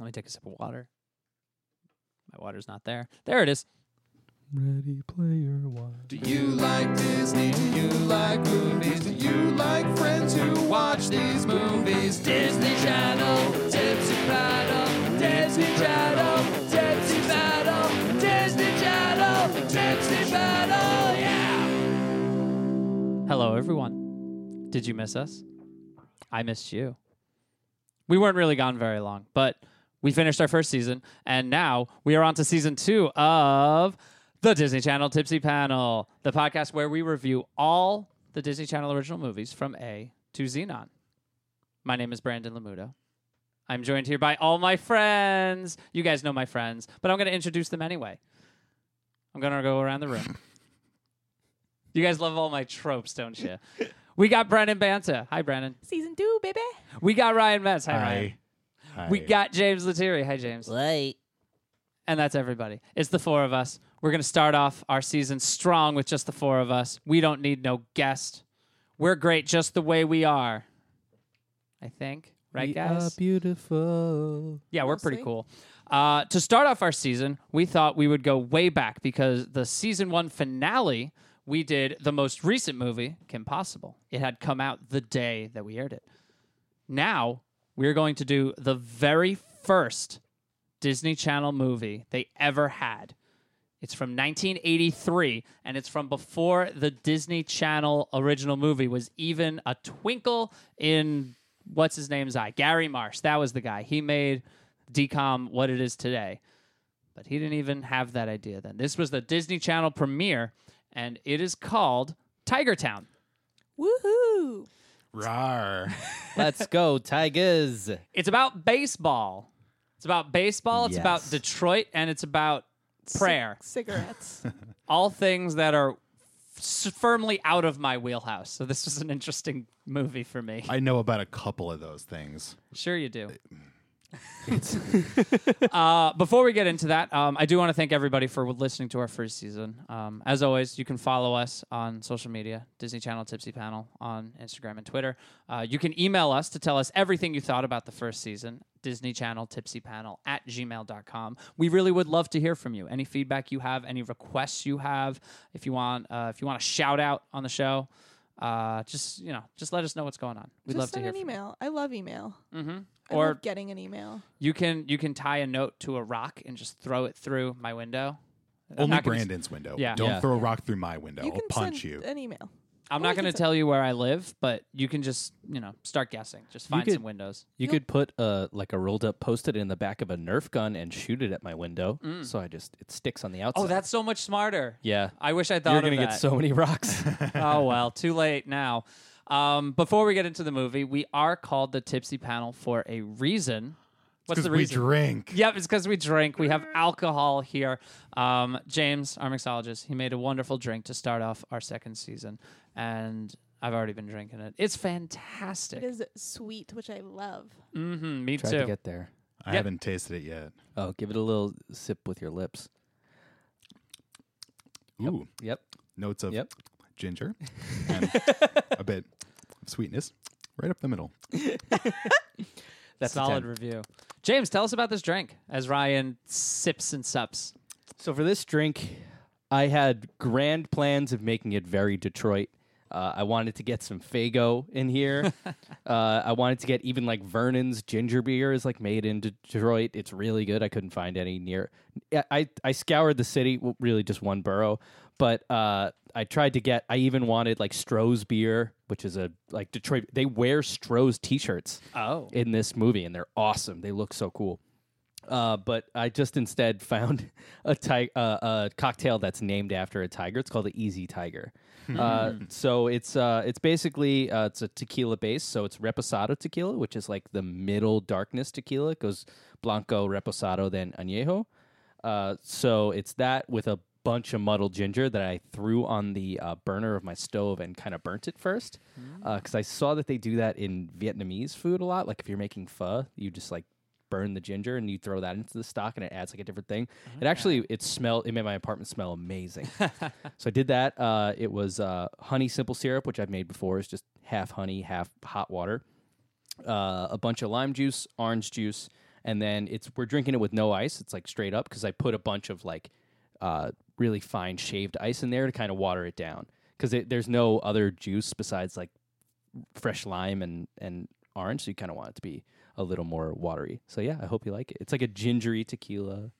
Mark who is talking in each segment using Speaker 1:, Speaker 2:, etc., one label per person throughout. Speaker 1: Let me take a sip of water. My water's not there. There it is. Ready Player One.
Speaker 2: Do you like Disney? Do you like movies? Do you like friends who watch these movies? Disney Channel, Tipsy Paddle, Disney Channel, Tipsy Paddle, Disney Channel, Tipsy Paddle, yeah!
Speaker 1: Hello, everyone. Did you miss us? I missed you. We weren't really gone very long, but we finished our first season, and now we are on to season two of the Disney Channel Tipsy Panel, the podcast where we review all the Disney Channel original movies from A to Xenon. My name is Brandon Lamuto. I'm joined here by all my friends. You guys know my friends, but I'm going to introduce them anyway. I'm going to go around the room. you guys love all my tropes, don't you? We got Brennan Banta. Hi, Brennan.
Speaker 3: Season two, baby.
Speaker 1: We got Ryan Metz. Hi, Ryan.
Speaker 4: Hi.
Speaker 1: We got James Lettieri. Hi, James.
Speaker 5: Wait.
Speaker 1: And that's everybody. It's the four of us. We're going to start off our season strong with just the four of us. We don't need no guest. We're great just the way we are. I think. Right, guys?
Speaker 4: beautiful.
Speaker 1: Yeah, we're
Speaker 3: We'll
Speaker 1: pretty
Speaker 3: see.
Speaker 1: cool. Uh, to start off our season, we thought we would go way back because the season one finale, we did the most recent movie, Kim Possible. It had come out the day that we aired it. Now we're going to do the very first Disney Channel movie they ever had. It's from 1983, and it's from before the Disney Channel original movie was even a twinkle in what's his name's eye. Gary Marsh, that was the guy. He made DCOM what it is today, but he didn't even have that idea then. This was the Disney Channel premiere, and it is called Tiger Town.
Speaker 3: Woohoo!
Speaker 4: Rar.
Speaker 5: Let's go, Tigers.
Speaker 1: It's about baseball. It's about baseball. It's about
Speaker 5: Yes.
Speaker 1: Detroit, and it's about prayer.
Speaker 3: Cig- cigarettes.
Speaker 1: all things that are s- firmly out of my wheelhouse. So this was an interesting movie for me.
Speaker 4: I know about a couple of those things.
Speaker 1: Sure, you do. uh, before we get into that, um, I do want to thank everybody for listening to our first season. Um, as always, you can follow us on social media Disney Channel Tipsy Panel on Instagram and Twitter. Uh, you can email us to tell us everything you thought about the first season. Disney Channel Tipsy Panel at gmail.com. We really would love to hear from you. Any feedback you have, any requests you have, if you want, uh, if you want a shout out on the show, uh, just you know, just let us know what's going on. We'd
Speaker 3: Just
Speaker 1: love to
Speaker 3: send
Speaker 1: hear
Speaker 3: an
Speaker 1: from you.
Speaker 3: email. I love email. I
Speaker 1: Mm-hmm. Or
Speaker 3: love getting an email.
Speaker 1: you can you can tie a note to a rock and just throw it through my window. I'm
Speaker 4: Only
Speaker 1: not gonna-
Speaker 4: Brandon's window.
Speaker 1: Yeah.
Speaker 4: Don't
Speaker 5: Yeah.
Speaker 4: throw a rock through my window.
Speaker 3: you
Speaker 4: I'll
Speaker 3: can
Speaker 4: punch
Speaker 3: send
Speaker 4: you.
Speaker 1: uh,
Speaker 3: an email.
Speaker 1: I'm
Speaker 3: Well,
Speaker 1: not
Speaker 3: you can
Speaker 1: going to
Speaker 3: say-
Speaker 1: tell you where Oh, I live, but you can just you know start guessing. Just find
Speaker 5: could-
Speaker 1: some windows.
Speaker 5: You could put a like a rolled up post-it in the back of a Nerf gun and shoot it at my window, so I just it sticks on the outside.
Speaker 1: Mm. Oh, that's so much smarter.
Speaker 5: yeah.
Speaker 1: I wish I thought
Speaker 5: You're
Speaker 1: of
Speaker 5: gonna
Speaker 1: that.
Speaker 5: get so many rocks.
Speaker 1: oh well, too late now. Um, before we get into the movie, we are called the Tipsy Panel for a reason. What's the
Speaker 4: we
Speaker 1: reason?
Speaker 4: drink.
Speaker 1: Yep, it's because we drink. We have alcohol here. Um, James, our mixologist, he made a wonderful drink to start off our second season, and I've already been drinking it. It's fantastic.
Speaker 3: It is sweet, which I love.
Speaker 1: Mm-hmm, me
Speaker 5: Tried
Speaker 1: too.
Speaker 5: to get there.
Speaker 4: I
Speaker 1: Yep.
Speaker 4: haven't tasted it yet.
Speaker 5: Oh, give it a little sip with your lips.
Speaker 4: Ooh.
Speaker 5: Yep.
Speaker 4: Notes of
Speaker 5: Yep.
Speaker 4: ginger and a bit of sweetness right up the middle.
Speaker 5: That's a
Speaker 1: Solid
Speaker 5: 10.
Speaker 1: review. James, tell us about this drink as Ryan sips and sups.
Speaker 5: So for this drink, I had grand plans of making it very Detroit. Uh, I wanted to get some Fago in here. uh, I wanted to get even like Vernon's ginger beer is like made in Detroit. It's really good. I couldn't find any near. I I, I scoured the city, w- really just one borough, but uh, I tried to get. I even wanted like Stroh's beer, which is a like Detroit. They wear Stroh's t-shirts
Speaker 1: Oh,
Speaker 5: in this movie, and they're awesome. They look so cool. Uh, but I just instead found a, ti- uh, a cocktail that's named after a tiger. It's called the Easy Tiger. uh, so it's uh, it's basically uh, it's a tequila base. So it's reposado tequila, which is like the middle darkness tequila. It goes blanco, reposado, then añejo. Uh, so it's that with a bunch of muddled ginger that I threw on the uh, burner of my stove and kind of burnt it first, because I saw that they do that in Vietnamese food a lot. Like if you're making pho, you just like burn the ginger and you throw that into the stock and it adds like a different thing. It actually it smelled it made my apartment smell amazing. so I did that. Uh, it was uh, honey simple syrup, which I've made before. It's just half honey, half hot water uh, a bunch of lime juice, orange juice, and then it's we're drinking it with no ice. It's like straight up because I put a bunch of like uh, really fine shaved ice in there to kind of water it down because there's no other juice besides like fresh lime and and orange, so you kind of want it to be a little more watery. So yeah, I hope you like it. It's like a gingery tequila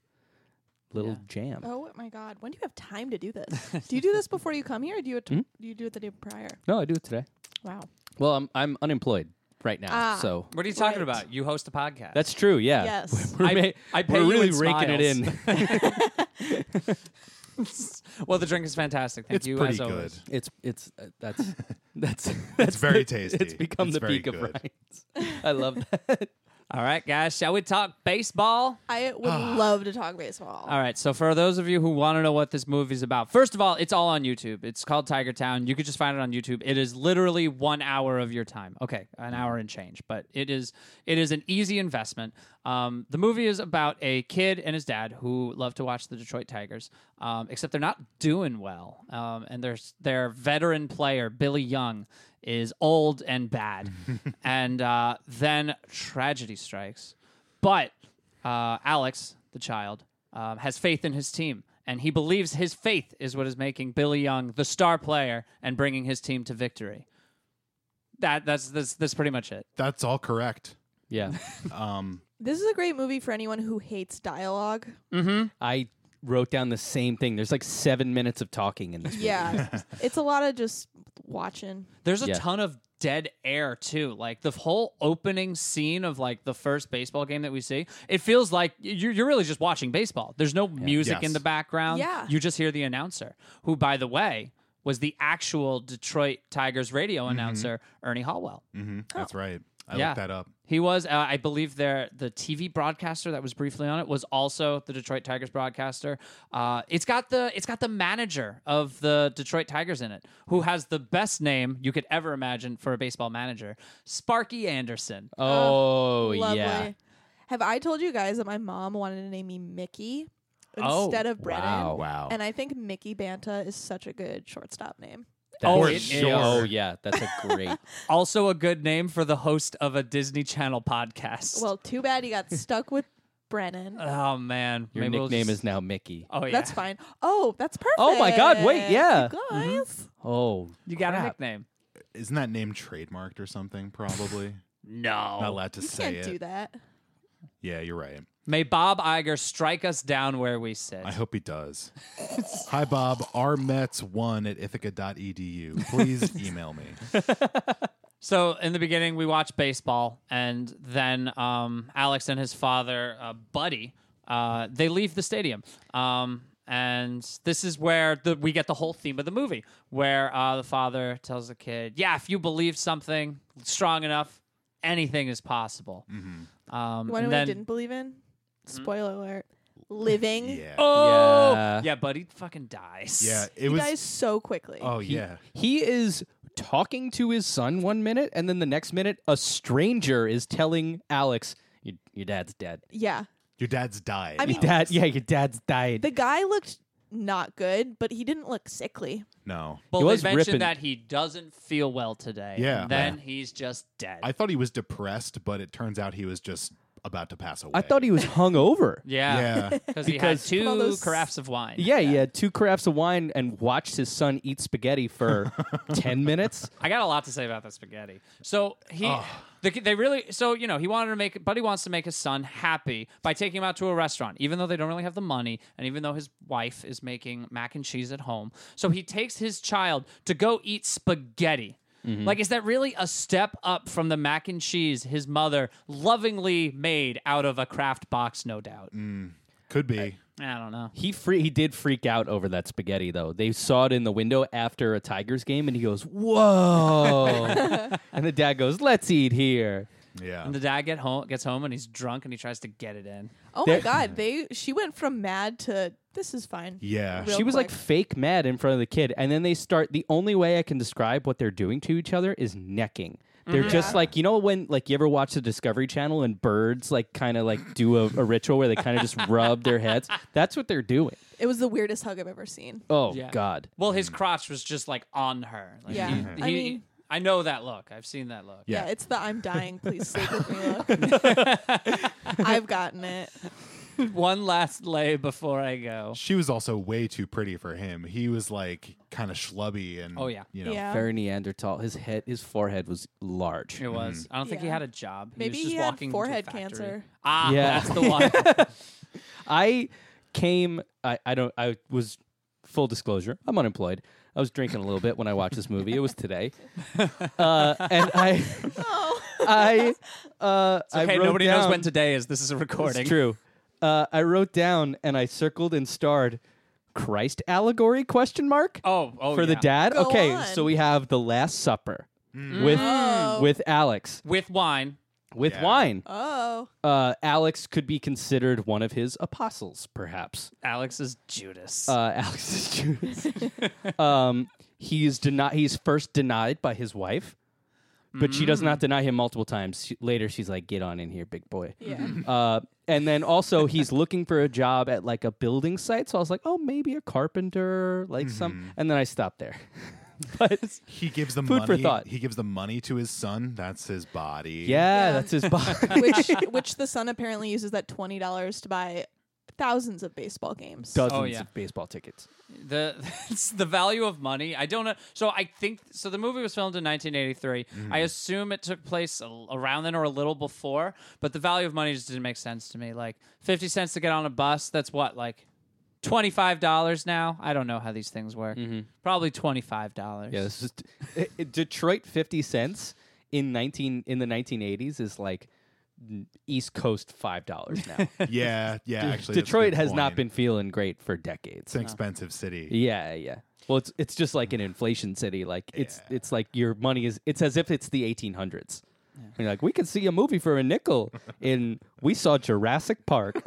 Speaker 5: little
Speaker 1: Yeah.
Speaker 5: jam.
Speaker 3: Oh my God! When do you have time to do this? do you do this before you come here? Or do you have to,
Speaker 5: Hmm?
Speaker 3: do you do it the day prior?
Speaker 5: No, I do it today.
Speaker 3: Wow.
Speaker 5: Well, I'm I'm unemployed right now,
Speaker 3: Ah.
Speaker 5: so
Speaker 1: What are you talking
Speaker 3: Right.
Speaker 1: about? You host a podcast.
Speaker 5: that's true.
Speaker 1: Uh,
Speaker 5: Yeah,
Speaker 3: Yes.
Speaker 5: We're,
Speaker 1: I-
Speaker 5: ma-
Speaker 1: I pay
Speaker 5: we're
Speaker 1: you
Speaker 5: really
Speaker 1: in
Speaker 5: raking it in.
Speaker 1: well, the drink is fantastic. Thank
Speaker 4: it's
Speaker 1: you
Speaker 4: pretty
Speaker 1: as
Speaker 4: good.
Speaker 1: always.
Speaker 5: It's it's uh, that's that's that's the-
Speaker 4: very tasty.
Speaker 5: It's become
Speaker 4: It's
Speaker 5: the
Speaker 4: very
Speaker 5: peak of
Speaker 4: good.
Speaker 5: Ryan's. I love that.
Speaker 1: All right, guys, shall we talk baseball?
Speaker 3: I would
Speaker 1: Ah.
Speaker 3: love to talk baseball.
Speaker 1: All right, so for those of you who want to know what this movie's about, first of all, it's all on YouTube. It's called Tiger Town. You could just find it on YouTube. It is literally one hour of your time. Okay, an hour and change, but it is it is an easy investment. Um, the movie is about a kid and his dad who love to watch the Detroit Tigers, um, except they're not doing well, um, and their their veteran player Billy Young is old and bad, and uh, then tragedy strikes. But uh, Alex, the child, um, has faith in his team, and he believes his faith is what is making Billy Young the star player and bringing his team to victory. That that's that's, that's pretty much it.
Speaker 4: That's all correct.
Speaker 5: Yeah,
Speaker 4: Um,
Speaker 3: This is a great movie for anyone who hates dialogue.
Speaker 5: I wrote down the same thing. There's like seven minutes of talking in this. movie.
Speaker 3: Yeah. it's a lot of just watching.
Speaker 1: There's a
Speaker 5: Yeah.
Speaker 1: ton of dead air too. Like the whole opening scene of like the first baseball game that we see, it feels like you're, you're really just watching baseball. There's no music in
Speaker 4: Yes.
Speaker 1: the background.
Speaker 3: Yeah.
Speaker 1: you just hear the announcer, who by the way was the actual Detroit Tigers radio announcer Ernie Hallwell.
Speaker 4: mhm, That's right. I
Speaker 1: Oh. Yeah.
Speaker 4: looked that up.
Speaker 1: He was, uh, I believe, their the TV broadcaster that was briefly on it was also the Detroit Tigers broadcaster. Uh, it's got the it's got the manager of the Detroit Tigers in it, who has the best name you could ever imagine for a baseball manager, Sparky Anderson.
Speaker 5: Oh
Speaker 3: Lovely.
Speaker 5: yeah.
Speaker 3: Have I told you guys that my mom wanted to name me Mickey
Speaker 1: Oh,
Speaker 3: instead of Brennan?
Speaker 5: wow.
Speaker 4: Wow.
Speaker 3: And I think Mickey Banta is such a good shortstop name.
Speaker 1: Oh,
Speaker 5: That's-
Speaker 1: it
Speaker 4: sure.
Speaker 1: is.
Speaker 5: Oh yeah, that's a great.
Speaker 1: Also, a good name for the host of a Disney Channel podcast.
Speaker 3: Well, too bad he got stuck with Brennan.
Speaker 1: oh man,
Speaker 5: Your
Speaker 1: Maybe we'll
Speaker 5: nickname
Speaker 1: just-
Speaker 5: is now Mickey.
Speaker 1: Oh yeah,
Speaker 3: That's fine. Oh, that's perfect.
Speaker 5: Oh my God, wait, yeah.
Speaker 3: You
Speaker 5: Mhm.
Speaker 3: guys.
Speaker 5: Oh,
Speaker 1: You got a
Speaker 5: crap.
Speaker 1: nickname?
Speaker 4: Isn't that name trademarked or something? Probably.
Speaker 1: No.
Speaker 4: Not allowed to
Speaker 3: You
Speaker 4: say
Speaker 3: can't do
Speaker 4: it.
Speaker 3: that.
Speaker 4: Yeah, you're right.
Speaker 1: May Bob Iger strike us down where we sit.
Speaker 4: I hope he does. Hi, Bob. Our Mets won at ithaca.edu. Please email me.
Speaker 1: So in the beginning, we watch baseball, and then um, Alex and his father, uh, Buddy, uh, they leave the stadium. Um, and this is where the, we get the whole theme of the movie, where uh, the father tells the kid, "Yeah, if you believe something strong enough, anything is possible." Um,
Speaker 3: You want to
Speaker 1: and
Speaker 3: know what I
Speaker 1: then,
Speaker 3: didn't believe in? Spoiler alert. Living.
Speaker 4: Yeah.
Speaker 1: oh yeah.
Speaker 5: Yeah.
Speaker 1: Buddy fucking dies.
Speaker 4: Yeah. It
Speaker 3: He
Speaker 4: was.
Speaker 3: dies so quickly.
Speaker 4: oh,
Speaker 5: He-
Speaker 4: yeah.
Speaker 5: He is talking to his son one minute, and then the next minute, a stranger is telling Alex, "Your, your dad's dead."
Speaker 3: Yeah.
Speaker 4: Your dad's died.
Speaker 3: I mean-
Speaker 5: Dad, yeah, your dad's died.
Speaker 3: The guy looked not good, but he didn't look sickly.
Speaker 4: no.
Speaker 1: Well,
Speaker 5: He
Speaker 1: they
Speaker 5: was
Speaker 1: mentioned
Speaker 5: ripping-
Speaker 1: that he doesn't feel well today.
Speaker 4: Yeah.
Speaker 1: and then he's just dead.
Speaker 4: I thought he was depressed, but it turns out he was just about to pass away.
Speaker 5: I thought he was hungover.
Speaker 1: yeah,
Speaker 4: Yeah.
Speaker 1: because he had
Speaker 5: Because-
Speaker 1: two
Speaker 3: From all those-
Speaker 1: carafes of wine.
Speaker 5: Yeah, he had two carafes of wine and watched his son eat spaghetti for ten minutes.
Speaker 1: I got a lot to say about the spaghetti. So he, the, they really, so you know, he wanted to make, Buddy wants to make his son happy by taking him out to a restaurant, even though they don't really have the money, and even though his wife is making mac and cheese at home. So he takes his child to go eat spaghetti. Like, is that really a step up from the mac and cheese his mother lovingly made out of a craft box? No doubt.
Speaker 4: Could be.
Speaker 1: I don't know.
Speaker 5: He free he did freak out over that spaghetti though. They saw it in the window after a Tigers game, and he goes, "Whoa!" and the dad goes, "Let's eat here."
Speaker 4: Yeah.
Speaker 1: And the dad get home, gets home, and he's drunk, and he tries to get it in.
Speaker 3: Oh my
Speaker 5: There-
Speaker 3: god, they she went from mad to this is fine.
Speaker 4: Yeah.
Speaker 3: Real
Speaker 5: she was like
Speaker 3: quick.
Speaker 5: fake mad in front of the kid and then they start the only way i can describe what they're doing to each other is necking they're
Speaker 3: Mm-hmm.
Speaker 5: just like you know when like you ever watch the discovery channel and birds like kind of like do a, a ritual where they kind of just rub their heads that's what they're doing
Speaker 3: It was the weirdest hug I've ever seen.
Speaker 5: oh
Speaker 1: Yeah.
Speaker 5: god
Speaker 1: Well, his crotch was just like on her. Like,
Speaker 3: Yeah.
Speaker 5: Mm-hmm.
Speaker 1: he-
Speaker 3: I
Speaker 1: he-
Speaker 3: mean,
Speaker 1: I know that look. I've seen that look.
Speaker 3: Yeah.
Speaker 4: Yeah.
Speaker 3: it's the I'm dying, please sleep with me look. I've gotten it.
Speaker 1: One last lay before I go.
Speaker 4: She was also way too pretty for him. He was like kind of schlubby and
Speaker 1: Oh, yeah.
Speaker 4: you know,
Speaker 3: Yeah.
Speaker 5: Very Neanderthal. His head, his forehead was large.
Speaker 1: It was. I don't think he
Speaker 3: Yeah.
Speaker 1: had a job. He
Speaker 3: Maybe
Speaker 1: was just
Speaker 3: he had
Speaker 1: walking to a
Speaker 3: forehead
Speaker 1: factory.
Speaker 3: cancer.
Speaker 1: Ah,
Speaker 5: Yeah.
Speaker 1: that's the one.
Speaker 5: I came. I, I don't. I was full disclosure. I'm unemployed. I was drinking a little bit when I watched this movie. It was today, uh, and I,
Speaker 3: Oh,
Speaker 5: I, uh, I
Speaker 1: okay,
Speaker 5: wrote
Speaker 1: nobody knows
Speaker 5: down-
Speaker 1: when today is. This is a recording.
Speaker 5: It's true. Uh, I wrote down and I circled and starred Christ allegory question mark
Speaker 1: Oh, oh,
Speaker 5: for the
Speaker 1: yeah.
Speaker 5: dad.
Speaker 3: Go
Speaker 5: okay,
Speaker 3: on.
Speaker 5: so we have the Last Supper
Speaker 1: Mm-hmm.
Speaker 5: with
Speaker 3: Oh.
Speaker 5: with Alex
Speaker 1: With wine.
Speaker 5: with
Speaker 4: Yeah.
Speaker 5: wine.
Speaker 3: oh,
Speaker 5: Uh, Alex could be considered one of his apostles, perhaps.
Speaker 1: Alex is Judas.
Speaker 5: Uh, Alex is Jewish. um, he's denied. He's first denied by his wife, but she does not deny him multiple times. She- later, she's like, "Get on in here, big boy."
Speaker 3: yeah.
Speaker 4: Mm-hmm.
Speaker 5: Uh, and then also he's looking for a job at like a building site. So I was like, "Oh, maybe a carpenter, like some." And then I stopped there. but
Speaker 4: he gives the
Speaker 5: Food
Speaker 4: money
Speaker 5: for thought.
Speaker 4: He gives the money to his son. That's his body.
Speaker 5: yeah, that's his body.
Speaker 3: Which which the son apparently uses that twenty dollars to buy thousands of baseball games.
Speaker 5: Dozens
Speaker 1: yeah.
Speaker 5: of baseball tickets.
Speaker 1: the it's the value of money. I don't know. So I think so. The movie was filmed in 1983. I assume it took place a, around then or a little before. But the value of money just didn't make sense to me. Like 50 cents to get on a bus. That's what like. Twenty-five dollars now. I don't know how these things work. Probably twenty-five dollars.
Speaker 5: Yeah, this is it- it- Detroit fifty cents in nineteen in the nineteen eighties is like n- East Coast five dollars now.
Speaker 4: yeah, yeah. Actually, that's a
Speaker 5: Detroit
Speaker 4: good
Speaker 5: has not
Speaker 4: point.
Speaker 5: been feeling great for decades.
Speaker 4: It's an expensive city.
Speaker 5: Yeah, yeah. Well, it's it's just like an inflation city. Like it's it's like your money is. It's as if it's the eighteen hundreds. You're like, we could see a movie for a nickel, and we saw Jurassic Park.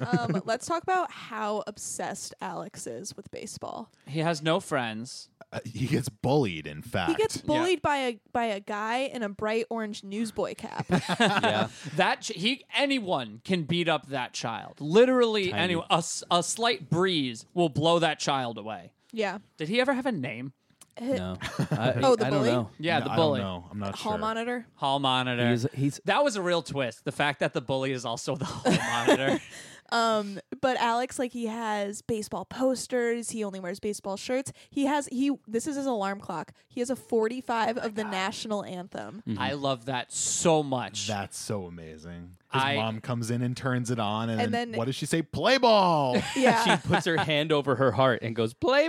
Speaker 3: Um, let's talk about how obsessed Alex is with baseball.
Speaker 1: He has no friends.
Speaker 4: Uh, he gets bullied. In fact,
Speaker 3: He gets bullied by a by a guy in a bright orange newsboy cap.
Speaker 5: yeah,
Speaker 1: That ch- he anyone can beat up that child. Literally anyone. A, s- a slight breeze will blow that child away.
Speaker 3: yeah.
Speaker 1: Did he ever have a name?
Speaker 5: no, I,
Speaker 3: Oh, the
Speaker 5: I don't
Speaker 3: bully?
Speaker 5: know.
Speaker 1: Yeah,
Speaker 4: No,
Speaker 1: the
Speaker 4: I
Speaker 1: bully.
Speaker 4: don't know. I'm not
Speaker 3: Hall
Speaker 4: sure.
Speaker 3: monitor.
Speaker 1: Hall monitor.
Speaker 5: He's, he's
Speaker 1: That was a real twist. The fact that the bully is also the hall monitor.
Speaker 3: Um, but Alex, like he has baseball posters. He only wears baseball shirts. He has he. This is his alarm clock. He has a forty-five
Speaker 1: Oh
Speaker 3: of the national anthem.
Speaker 4: Mm. Mm-hmm.
Speaker 1: I love that so much.
Speaker 4: That's so amazing. His
Speaker 1: I-
Speaker 4: mom comes in and turns it on, and,
Speaker 3: And
Speaker 4: then,
Speaker 3: then-
Speaker 4: what does she say? Play ball.
Speaker 5: she
Speaker 3: Yeah,
Speaker 5: puts her hand over her heart and goes play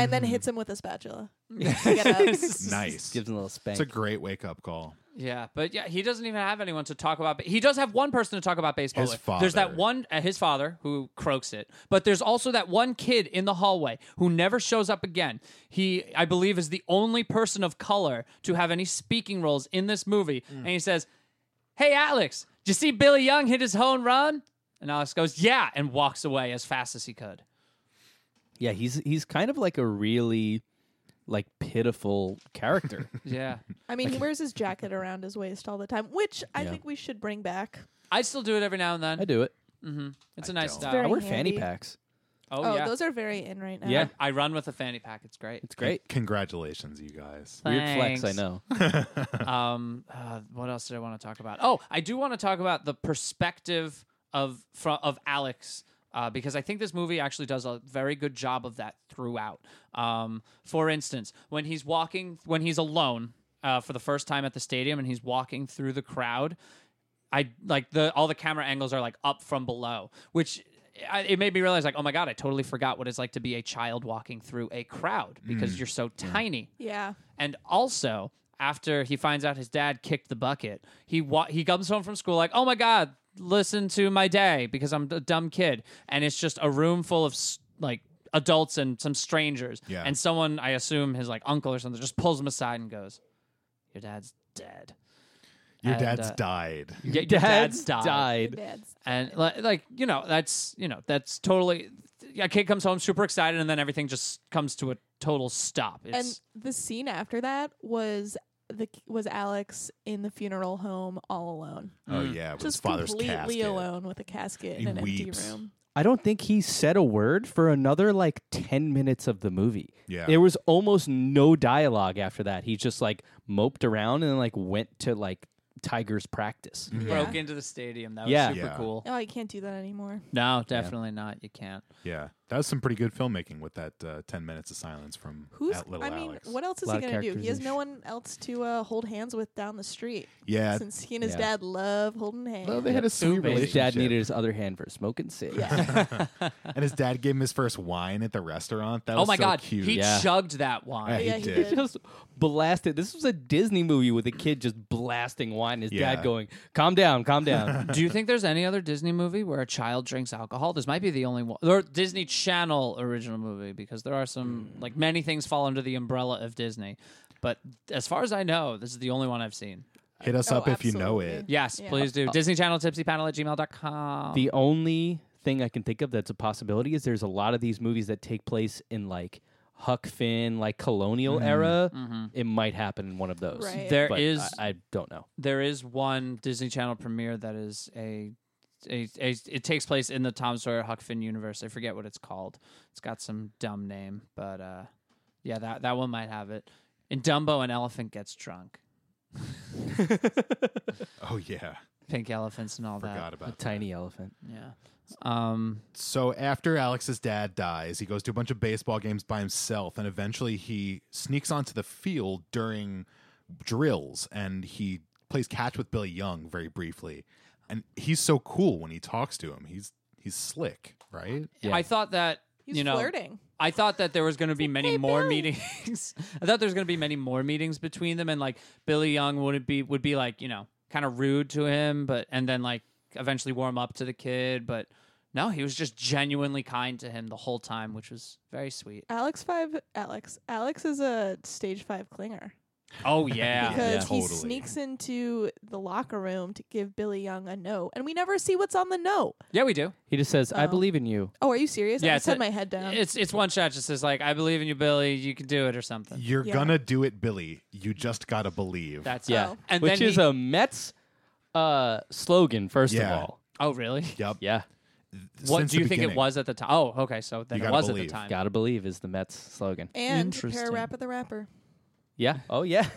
Speaker 3: and then hits him with a spatula. to get up.
Speaker 4: nice.
Speaker 5: Gives him a little spank.
Speaker 4: It's a great wake up call.
Speaker 1: yeah, but yeah, he doesn't even have anyone to talk about. He does have one person to talk about baseball
Speaker 4: His
Speaker 1: with. There's that
Speaker 4: father.
Speaker 1: one, uh, his father, who croaks it. But there's also that one kid in the hallway who never shows up again. He, I believe, is the only person of color to have any speaking roles in this movie.
Speaker 4: Mm.
Speaker 1: And he says, "Hey, Alex, did you see Billy Young hit his home run?" And Alex goes, "Yeah," and walks away as fast as he could.
Speaker 5: yeah, he's he's kind of like a really like pitiful character.
Speaker 1: Yeah.
Speaker 3: I mean, he wears his jacket around his waist all the time, which I think we should bring back.
Speaker 1: I still do it every now and then.
Speaker 5: I do it.
Speaker 1: It's a nice
Speaker 4: don't.
Speaker 1: style.
Speaker 5: I
Speaker 3: Very
Speaker 5: wear fanny
Speaker 3: handy.
Speaker 5: packs.
Speaker 1: oh,
Speaker 3: Oh,
Speaker 1: yeah.
Speaker 3: those are very in right now.
Speaker 5: Yeah.
Speaker 1: I run with a fanny pack. It's great.
Speaker 5: It's great.
Speaker 4: Congratulations, you guys.
Speaker 5: Weird flex, I
Speaker 1: Thanks.
Speaker 5: know.
Speaker 1: Um, uh, what else did I want to talk about? Oh, I do want to talk about the perspective of from of Alex. Uh, because I think this movie actually does a very good job of that throughout. Um, for instance, when he's walking, when he's alone uh, for the first time at the stadium, and he's walking through the crowd, I like the all the camera angles are like up from below, which I, it made me realize like, oh my god, I totally forgot what it's like to be a child walking through a crowd because you're so tiny.
Speaker 3: Yeah.
Speaker 1: And also, after he finds out his dad kicked the bucket, he wa- he comes home from school like, "Oh my god, listen to my day because I'm a dumb kid." And it's just a room full of s- like adults and some strangers.
Speaker 4: Yeah.
Speaker 1: And someone, I assume his like uncle or something, just pulls him aside and goes, "Your dad's dead.
Speaker 4: Your
Speaker 1: And,
Speaker 4: dad's
Speaker 1: uh,
Speaker 4: died.
Speaker 1: Y- Your dad's, died."
Speaker 3: Dad's.
Speaker 1: And li- like, you know, that's, you know, that's totally a kid comes home super excited and then everything just comes to a total stop. It's
Speaker 3: And the scene after that was the was Alex in the funeral home all alone,
Speaker 4: Oh yeah, with his
Speaker 3: just
Speaker 4: father's
Speaker 3: completely
Speaker 4: casket.
Speaker 3: alone with a casket
Speaker 4: He
Speaker 3: in an
Speaker 4: weeps.
Speaker 3: empty room.
Speaker 5: I don't think he said a word for another like 10 minutes of the movie.
Speaker 4: Yeah.
Speaker 5: There was almost no dialogue after that. He just like moped around and like went to like Tiger's practice.
Speaker 4: Mm-hmm.
Speaker 1: Broke into the stadium. That was
Speaker 5: Yeah.
Speaker 1: super
Speaker 4: Yeah.
Speaker 1: cool.
Speaker 3: Oh, you can't do that anymore.
Speaker 1: No, definitely not. You can't.
Speaker 4: Yeah, that was some pretty good filmmaking with that uh, ten minutes of silence from
Speaker 3: Who's?
Speaker 4: at Little
Speaker 3: I mean,
Speaker 4: Alex.
Speaker 3: what else is
Speaker 5: Lot
Speaker 3: he
Speaker 5: of
Speaker 3: gonna do? He has
Speaker 5: characterization.
Speaker 3: no one else to uh, hold hands with down the street.
Speaker 4: Yeah.
Speaker 3: since he and his
Speaker 5: Yeah.
Speaker 3: dad love holding hands.
Speaker 4: Well, they had a sweet
Speaker 1: Amazing.
Speaker 5: His
Speaker 4: relationship.
Speaker 5: dad needed his other hand for smoking cigs.
Speaker 4: and his dad gave him his first wine at the restaurant. That
Speaker 1: Oh
Speaker 4: was
Speaker 1: my
Speaker 4: so
Speaker 1: god,
Speaker 4: cute.
Speaker 1: he
Speaker 5: Yeah.
Speaker 1: chugged that
Speaker 4: Yeah,
Speaker 1: wine.
Speaker 4: he
Speaker 3: Yeah, he
Speaker 4: did.
Speaker 3: did.
Speaker 5: just blasted. This was a Disney movie with a kid just blasting wine. His
Speaker 4: Yeah.
Speaker 5: dad going, "Calm down, calm down."
Speaker 1: Do you think there's any other Disney movie where a child drinks alcohol? This might be the only one, or Disney Channel original movie, because there are some like many things fall under the umbrella of Disney. But as far as I know, this is the only one I've seen.
Speaker 4: Hit us
Speaker 3: Oh,
Speaker 4: up if you know
Speaker 3: absolutely.
Speaker 4: it.
Speaker 1: Yes,
Speaker 3: Yeah.
Speaker 1: please do. Disney Channel Tipsy Panel at gmail.com.
Speaker 5: Uh, the only thing I can think of that's a possibility is there's a lot of these movies that take place in like Huck Finn, like colonial era. It might happen in one of those.
Speaker 3: Right.
Speaker 1: Mm-hmm. There
Speaker 5: But
Speaker 1: is-
Speaker 5: I, I don't know.
Speaker 1: there is one Disney Channel premiere that is a, a, a it takes place in the Tom Sawyer Huck Finn universe. I forget what it's called. It's got some dumb name, but uh, yeah, that that one might have it. In Dumbo, an elephant gets drunk.
Speaker 4: Oh yeah,
Speaker 1: Pink elephants and all
Speaker 4: forgot
Speaker 5: A
Speaker 4: about that.
Speaker 5: tiny elephant.
Speaker 1: that. Yeah. Um.
Speaker 4: So after Alex's dad dies, he goes to a bunch of baseball games by himself, and eventually he sneaks onto the field during drills, and he plays catch with Billy Young very briefly. And he's so cool when he talks to him. He's he's slick, right?
Speaker 5: Yeah.
Speaker 1: I thought that
Speaker 3: He's
Speaker 1: you know
Speaker 3: flirting.
Speaker 1: I thought that there was going to be many
Speaker 3: "Hey,
Speaker 1: more
Speaker 3: Billy."
Speaker 1: meetings. I thought there was going to be many more meetings between them, and like Billy Young would be would be like you know kind of rude to him, but and then like eventually warm up to the kid. But no, he was just genuinely kind to him the whole time, which was very sweet.
Speaker 3: Alex five. Alex. Alex is a stage five clinger
Speaker 1: Oh yeah,
Speaker 3: because
Speaker 5: yeah,
Speaker 3: he
Speaker 4: totally.
Speaker 3: sneaks into the locker room to give Billy Young a note, and we never see what's on the note.
Speaker 1: yeah, we do.
Speaker 5: He just says, "I believe in you."
Speaker 3: Oh, are you serious?
Speaker 1: Yeah,
Speaker 3: I
Speaker 1: it's
Speaker 3: just had
Speaker 1: a-
Speaker 3: my head down.
Speaker 1: It's it's one shot. Just says like I believe in you, Billy. You can do it or something.
Speaker 4: You're
Speaker 3: Yeah.
Speaker 4: gonna do it, Billy. You just gotta believe.
Speaker 1: That's
Speaker 5: Yeah,
Speaker 1: it. and
Speaker 5: which
Speaker 1: then
Speaker 5: is
Speaker 1: he-
Speaker 5: a Mets uh, slogan. First of
Speaker 4: Yeah.
Speaker 5: all,
Speaker 1: oh really?
Speaker 4: yep.
Speaker 5: yeah,
Speaker 1: What
Speaker 4: Since
Speaker 1: do
Speaker 4: the
Speaker 1: you think it
Speaker 4: beginning.
Speaker 1: was at the time? Oh, okay. So then
Speaker 4: You
Speaker 1: it
Speaker 4: gotta
Speaker 1: was at
Speaker 4: believe.
Speaker 1: the time.
Speaker 5: gotta believe is the Mets slogan.
Speaker 3: and
Speaker 1: Interesting.
Speaker 3: pair rap of the rapper.
Speaker 5: Yeah. Oh yeah.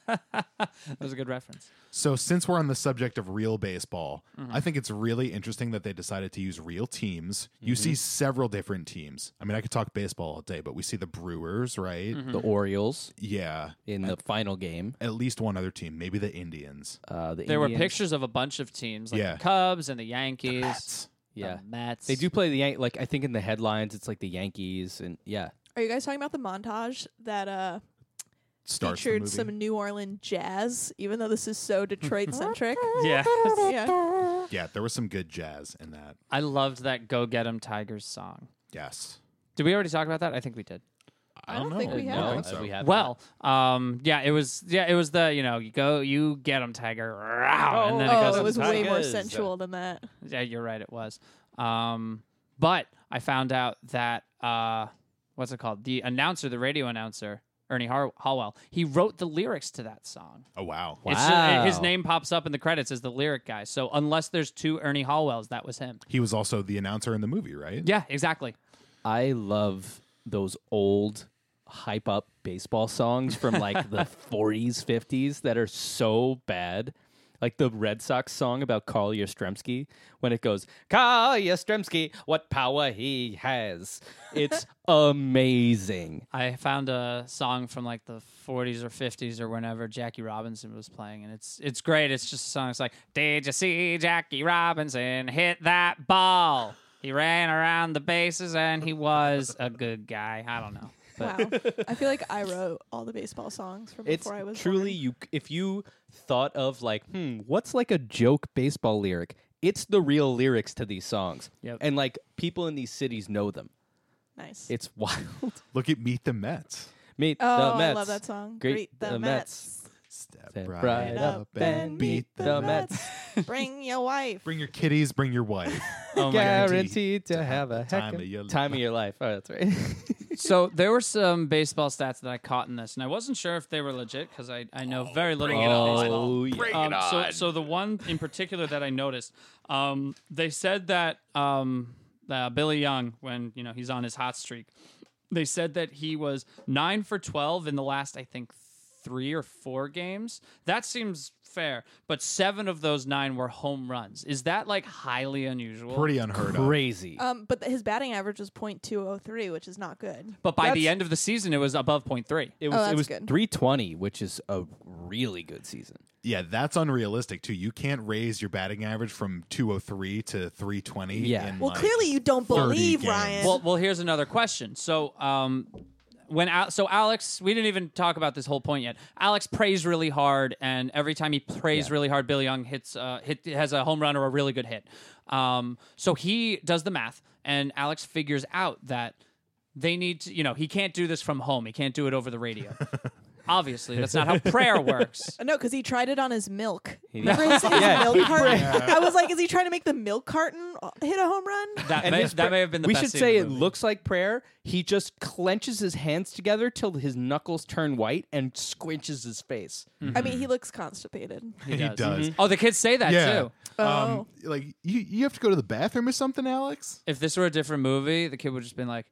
Speaker 1: That was a good reference.
Speaker 4: So, since we're on the subject of real baseball,
Speaker 3: Mm-hmm.
Speaker 4: I think it's really interesting that they decided to use real teams. You
Speaker 3: Mm-hmm.
Speaker 4: see several different teams. I mean, I could talk baseball all day, but we see the Brewers, right?
Speaker 3: Mm-hmm.
Speaker 5: the Orioles
Speaker 4: Yeah.
Speaker 5: in the final game.
Speaker 4: At least one other team, maybe the Indians.
Speaker 5: Uh, the
Speaker 1: There were
Speaker 5: Indians-
Speaker 1: pictures of a bunch of teams, like
Speaker 4: Yeah.
Speaker 1: the Cubs and the Yankees, the
Speaker 5: Yeah,
Speaker 1: Mets.
Speaker 5: they do play the Yan- like I think in the headlines it's like the Yankees and yeah.
Speaker 3: Are you guys talking about the montage that uh,
Speaker 4: Starts the
Speaker 3: featured
Speaker 4: movie.
Speaker 3: some New Orleans jazz? Even though this is so Detroit centric.
Speaker 1: Yeah,
Speaker 3: yeah.
Speaker 4: Yeah, there was some good jazz in that.
Speaker 1: I loved that "Go Get 'Em Tigers" song.
Speaker 4: Yes.
Speaker 1: Did we already talk about that? I think we did.
Speaker 4: I
Speaker 3: don't think we
Speaker 4: I
Speaker 3: have.
Speaker 4: don't
Speaker 3: No,
Speaker 4: think so.
Speaker 5: we have
Speaker 1: Well, um, yeah, it was. Yeah, it was the you know you go you get 'em Tiger, rah, and then it
Speaker 3: Oh,
Speaker 1: goes.
Speaker 3: it was
Speaker 5: the
Speaker 3: way more
Speaker 5: Tigers.
Speaker 3: sensual than that.
Speaker 1: Yeah, you're right. It was. Um, but I found out that uh, what's it called? The announcer, the radio announcer, Ernie Har- Hallwell. He wrote the lyrics to that song.
Speaker 4: Oh, wow.
Speaker 1: It's just- it- his
Speaker 5: Wow.
Speaker 1: name pops up in the credits as the lyric guy. So unless there's two Ernie Hallwells, that was him.
Speaker 4: He was also the announcer in the movie, right?
Speaker 1: Yeah, exactly.
Speaker 5: I love those old hype up baseball songs from like the 40s, 50s that are so bad. Like the Red Sox song about Carl Yastrzemski when it goes, Carl Yastrzemski, what power he has. It's amazing.
Speaker 1: I found a song from like the 40s or 50s or whenever Jackie Robinson was playing, and it's it's great. It's just a song. It's like, did you see Jackie Robinson hit that ball? He ran around the bases and he was a good guy. I don't know.
Speaker 3: Wow. I feel like I wrote all the baseball songs from
Speaker 5: It's
Speaker 3: before I was
Speaker 5: truly
Speaker 3: born.
Speaker 5: you if you thought of like, hmm, what's like a joke baseball lyric? It's the real lyrics to these songs.
Speaker 1: Yep.
Speaker 5: And like people in these cities know them.
Speaker 3: nice.
Speaker 5: It's wild.
Speaker 4: Look at Meet the Mets.
Speaker 5: Meet
Speaker 3: oh,
Speaker 5: the Mets.
Speaker 3: I love that song.
Speaker 5: Great,
Speaker 3: Great,
Speaker 5: the
Speaker 3: the,
Speaker 5: Mets.
Speaker 3: Mets.
Speaker 4: Step,
Speaker 5: Step
Speaker 4: right,
Speaker 5: right
Speaker 4: up,
Speaker 5: up
Speaker 4: and beat the Mets.
Speaker 3: Bring your wife.
Speaker 4: Bring your kitties, bring your wife.
Speaker 1: Oh
Speaker 5: Guaranteed to have a heck
Speaker 4: time
Speaker 5: of-
Speaker 4: of your
Speaker 5: time of your life. Oh, that's right.
Speaker 1: So there were some baseball stats that I caught in this, and I wasn't sure if they were legit because I, I know very little about baseball.
Speaker 5: yeah.
Speaker 1: um, So, so the one in particular that I noticed, um, they said that um, uh, Billy Young when you know he's on his hot streak. They said that he was nine for twelve in the last, I think, three or four games. That seems fair, but seven of those nine were home runs. Is that like highly unusual?
Speaker 4: Pretty
Speaker 5: Oh,
Speaker 4: unheard of.
Speaker 5: Crazy.
Speaker 3: Um, but th- his batting average was .203, which is not good.
Speaker 1: But by the
Speaker 5: That's-
Speaker 1: end of the season, it was above point three.
Speaker 5: it was
Speaker 3: that's
Speaker 5: it was
Speaker 3: good.
Speaker 5: 320, which is a really good season.
Speaker 4: Yeah, that's unrealistic too. You can't raise your batting average from 203 to 320.
Speaker 5: Yeah.
Speaker 4: in,
Speaker 3: Well,
Speaker 4: like-
Speaker 3: clearly you don't
Speaker 4: 30
Speaker 3: believe
Speaker 4: games.
Speaker 3: Ryan.
Speaker 1: Well, well, here's another question. So, um, when Al- so Alex, we didn't even talk about this whole point yet. Alex prays really hard, and every time he prays really hard, Billy Young hits uh, hit has a home run or a really good hit. Um, so he does the math, and Alex figures out that they need to, you know, he can't do this from home. He can't do it over the radio. Obviously, that's not how prayer works.
Speaker 3: Uh, no, because he tried it on his milk.
Speaker 5: He
Speaker 3: Remember his, his
Speaker 5: Yeah.
Speaker 3: milk carton? I was like, is he trying to make the milk carton uh, hit a home run?
Speaker 1: That,
Speaker 5: And
Speaker 1: may,
Speaker 5: his
Speaker 1: that
Speaker 5: pra-
Speaker 1: may have been the
Speaker 5: we
Speaker 1: best
Speaker 5: should
Speaker 1: scene in
Speaker 5: say
Speaker 1: the
Speaker 5: it
Speaker 1: movie.
Speaker 5: looks like prayer. He just clenches his hands together till his knuckles turn white and squinches his face.
Speaker 1: Hmm.
Speaker 3: I mean, he looks constipated.
Speaker 4: he does.
Speaker 5: Mm-hmm.
Speaker 1: Oh, the kids say that
Speaker 4: Yeah.
Speaker 1: too.
Speaker 3: Oh.
Speaker 4: Um, like you, you have to go to the bathroom or something, Alex.
Speaker 1: If this were a different movie, the kid would just been like,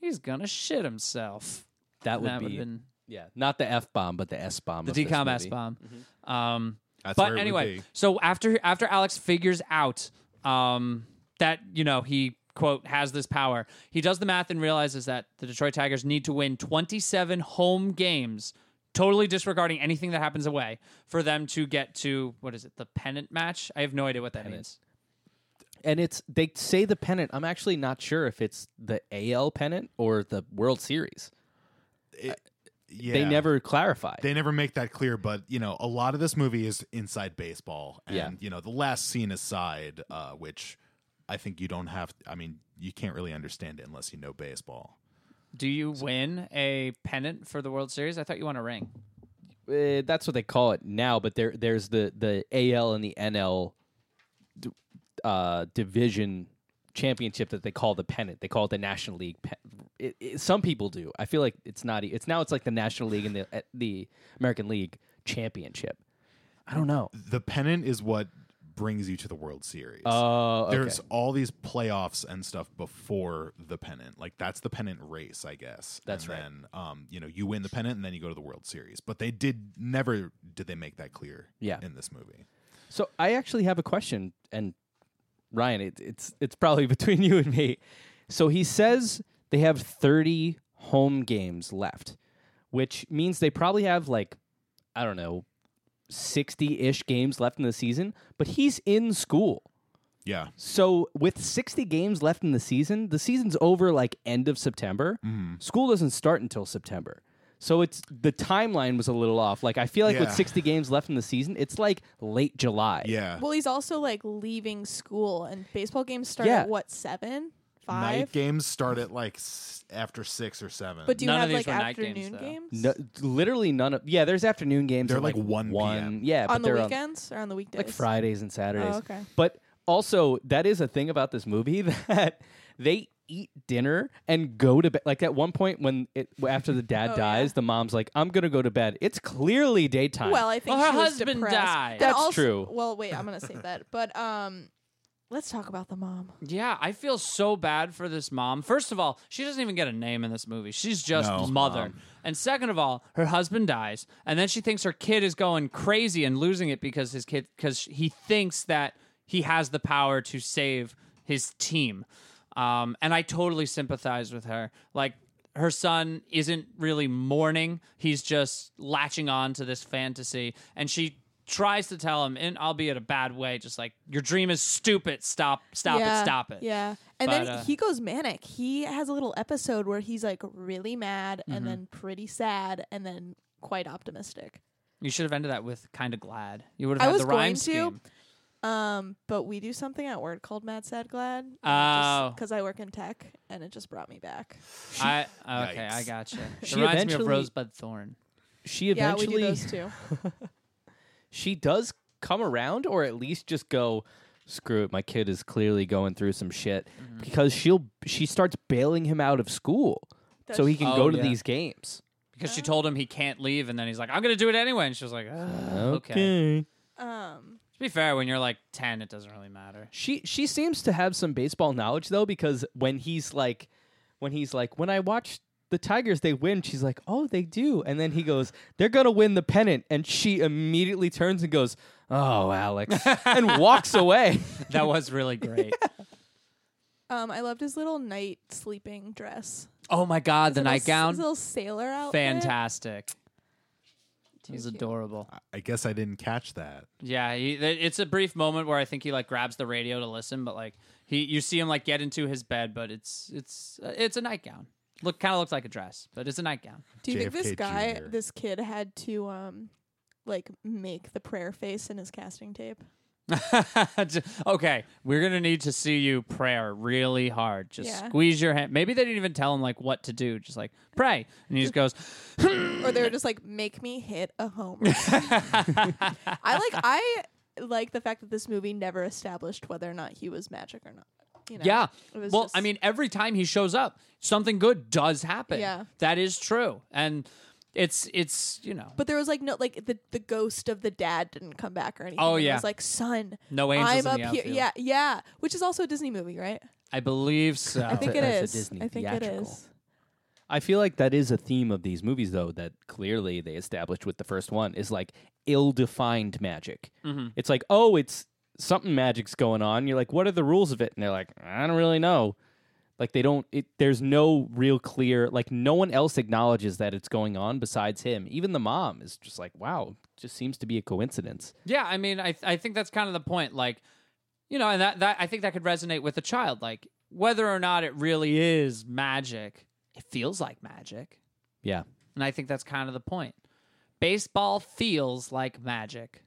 Speaker 1: "He's gonna shit himself."
Speaker 5: That would
Speaker 1: That would
Speaker 5: be
Speaker 1: have been
Speaker 5: yeah, not the f bomb, but the s bomb.
Speaker 1: the decom s bomb. Um,
Speaker 4: That's where it
Speaker 1: but
Speaker 4: would
Speaker 1: anyway,
Speaker 4: be.
Speaker 1: so after after Alex figures out um, that you know he quote has this power, he does the math and realizes that the Detroit Tigers need to win 27 home games, totally disregarding anything that happens away, for them to get to what is it the pennant match? I have no idea what that means.
Speaker 5: And it's they say the pennant. I'm actually not sure if it's the AL pennant or the World Series.
Speaker 4: Yeah.
Speaker 5: They never clarify.
Speaker 4: they never make that clear, but you know, a lot of this movie is inside baseball. And
Speaker 5: Yeah.
Speaker 4: you know, the last scene aside, uh, which I think you don't have I mean, you can't really understand it unless you know baseball.
Speaker 1: Do you win a pennant for the World Series? I thought you won a ring.
Speaker 5: uh, that's what they call it now. But there, there's the the AL and the NL d- uh, division championship that they call the pennant. They call it the National League. Pe- it, it, some people do. I feel like it's not. e- It's now. It's like the National League and the uh, the American League championship. I don't know.
Speaker 4: The pennant is what brings you to the World Series.
Speaker 5: Oh, okay.
Speaker 4: There's all these playoffs and stuff before the pennant. Like that's the pennant race, I guess.
Speaker 5: That's
Speaker 4: and
Speaker 5: right.
Speaker 4: Then, um, you know, you win the pennant and then you go to the World Series. But they did never did they make that clear.
Speaker 5: Yeah.
Speaker 4: In this movie.
Speaker 5: So I actually have a question, and Ryan, it, it's it's probably between you and me. So he says they have thirty home games left, which means they probably have like I don't know sixty ish games left in the season. But he's in school,
Speaker 4: Yeah.
Speaker 5: so with sixty games left in the season, the season's over like end of September.
Speaker 4: Mm-hmm.
Speaker 5: School doesn't start until September. So it's the timeline was a little off. Like I feel like with
Speaker 4: Yeah.
Speaker 5: 60 games left in the season, it's like late July.
Speaker 4: Yeah.
Speaker 3: Well, he's also like leaving school, and baseball games start
Speaker 5: Yeah.
Speaker 3: at what seven,
Speaker 4: Night
Speaker 3: five.
Speaker 4: games start at like s- after six or seven.
Speaker 3: But do you
Speaker 1: None of
Speaker 3: have
Speaker 1: these
Speaker 3: like
Speaker 1: were night games,
Speaker 3: afternoon games,
Speaker 1: though.
Speaker 5: No, literally none of. Yeah, there's afternoon games.
Speaker 4: They're
Speaker 5: at,
Speaker 4: like 1
Speaker 5: one.
Speaker 4: PM.
Speaker 5: Yeah, but
Speaker 3: on the
Speaker 5: they're um,
Speaker 3: weekends or on the weekdays?
Speaker 5: like Fridays and Saturdays.
Speaker 3: Oh, okay.
Speaker 5: But also, that is a thing about this movie that they eat dinner and go to bed. Like at one point when it after the dad
Speaker 3: Oh,
Speaker 5: dies,
Speaker 3: yeah.
Speaker 5: the mom's like, "I'm gonna go to bed." It's clearly daytime.
Speaker 3: Well, I think
Speaker 1: Well, her
Speaker 3: she was
Speaker 1: husband
Speaker 3: depressed.
Speaker 1: died.
Speaker 3: And
Speaker 5: That's
Speaker 3: also-
Speaker 5: true.
Speaker 3: Well, wait, I'm gonna say that, but um, let's talk about the mom.
Speaker 1: Yeah, I feel so bad for this mom. First of all, she doesn't even get a name in this movie. She's just
Speaker 4: No.
Speaker 1: mother. And second of all, her husband dies, and then she thinks her kid is going crazy and losing it because his kid because he thinks that he has the power to save his team. Um, and I totally sympathize with her. Like her son isn't really mourning; he's just latching on to this fantasy, and she tries to tell him, in albeit a bad way, just like your dream is stupid. Stop, stop
Speaker 3: yeah,
Speaker 1: it, stop it.
Speaker 3: Yeah. And
Speaker 1: But,
Speaker 3: then
Speaker 1: uh,
Speaker 3: he goes manic. He has a little episode where he's like really mad
Speaker 1: Mm-hmm.
Speaker 3: and then pretty sad and then quite optimistic.
Speaker 1: You should have ended that with kind of glad. You would have
Speaker 3: I
Speaker 1: had
Speaker 3: was
Speaker 1: the rhyme
Speaker 3: going to.
Speaker 1: scheme.
Speaker 3: Um, but we do something at work called Mad Sad Glad.
Speaker 1: Oh.
Speaker 3: because I work in tech, and it just brought me back.
Speaker 1: I okay, I
Speaker 4: Yikes.
Speaker 1: gotcha. It reminds
Speaker 5: She
Speaker 1: me of
Speaker 5: eventually-
Speaker 1: Rosebud Thorn.
Speaker 5: she
Speaker 3: Yeah, we do
Speaker 5: eventually
Speaker 3: those too.
Speaker 5: she does come around, or at least just go. Screw it, my kid is clearly going through some shit
Speaker 3: Mm-hmm.
Speaker 5: because she'll she starts bailing him out of school so he can
Speaker 1: Oh,
Speaker 5: go to
Speaker 1: yeah.
Speaker 5: these games.
Speaker 1: Because
Speaker 3: Oh.
Speaker 1: she told him he can't leave, and then he's like, "I'm gonna do it anyway," and she was like, "Ah, "Okay."
Speaker 3: Um,
Speaker 1: To be fair, when you're like 10, it doesn't really matter.
Speaker 5: She she seems to have some baseball knowledge though, because when he's like, when he's like, when I watch the Tigers, they win. She's like, oh, they do. And then he goes, they're gonna win the pennant, and she immediately turns and goes, oh, Alex, and walks away.
Speaker 1: That was really great.
Speaker 3: Um, I loved his little night sleeping dress.
Speaker 1: Oh my God, the
Speaker 3: His little s-
Speaker 1: nightgown.
Speaker 3: His little sailor outfit.
Speaker 1: Fantastic. It
Speaker 3: Too
Speaker 1: was
Speaker 3: cute.
Speaker 1: adorable.
Speaker 4: I- I guess I didn't catch that.
Speaker 1: Yeah, he, th- it's a brief moment where I think he like grabs the radio to listen, but like he, you see him like get into his bed, but it's it's uh, it's a nightgown. Look, kind of looks like a dress, but it's a nightgown.
Speaker 3: Do you think this
Speaker 4: JFK
Speaker 3: guy,
Speaker 4: Jr..
Speaker 3: this kid, had to um, like make the prayer face in his casting tape?
Speaker 1: J- okay, we're gonna need to see you prayer really hard. Just
Speaker 3: Yeah.
Speaker 1: squeeze your hand. Maybe they didn't even tell him like what to do. Just like pray, and he just goes.
Speaker 3: Or they were just like, make me hit a home. run." I like I like the fact that this movie never established whether or not he was magic or not. You know?
Speaker 1: Yeah.
Speaker 3: It was
Speaker 1: Well,
Speaker 3: just-
Speaker 1: I mean, every time he shows up, something good does happen.
Speaker 3: Yeah.
Speaker 1: That is true, and it's it's you know
Speaker 3: But there was like no like the the ghost of the dad didn't come back or anything.
Speaker 1: Oh,
Speaker 3: It
Speaker 1: yeah.
Speaker 3: was like son.
Speaker 1: No angels
Speaker 3: I'm
Speaker 1: in
Speaker 3: up
Speaker 1: the
Speaker 3: here.
Speaker 1: outfield.
Speaker 3: Yeah, yeah. Which is also a Disney movie, right?
Speaker 1: I believe so.
Speaker 3: I think
Speaker 5: That's
Speaker 3: it
Speaker 5: a
Speaker 3: is.
Speaker 5: Disney
Speaker 3: I think it
Speaker 5: theatrical.
Speaker 3: is.
Speaker 5: I feel like that is a theme of these movies, though, that clearly they established with the first one is like ill defined magic. It's like, oh, it's something magic's going on. You're like, what are the rules of it? And they're like, I don't really know. Like, they don't, it, there's no real clear, like, no one else acknowledges that it's going on besides him. Even the mom is just like, wow, just seems to be a coincidence.
Speaker 1: Yeah, I mean, I I think that's kind of the point. Like, you know, and that that I think that could resonate with a child. Like, whether or not it really is magic, it feels like magic,
Speaker 5: Yeah.
Speaker 1: and I think that's kind of the point. Baseball feels like magic.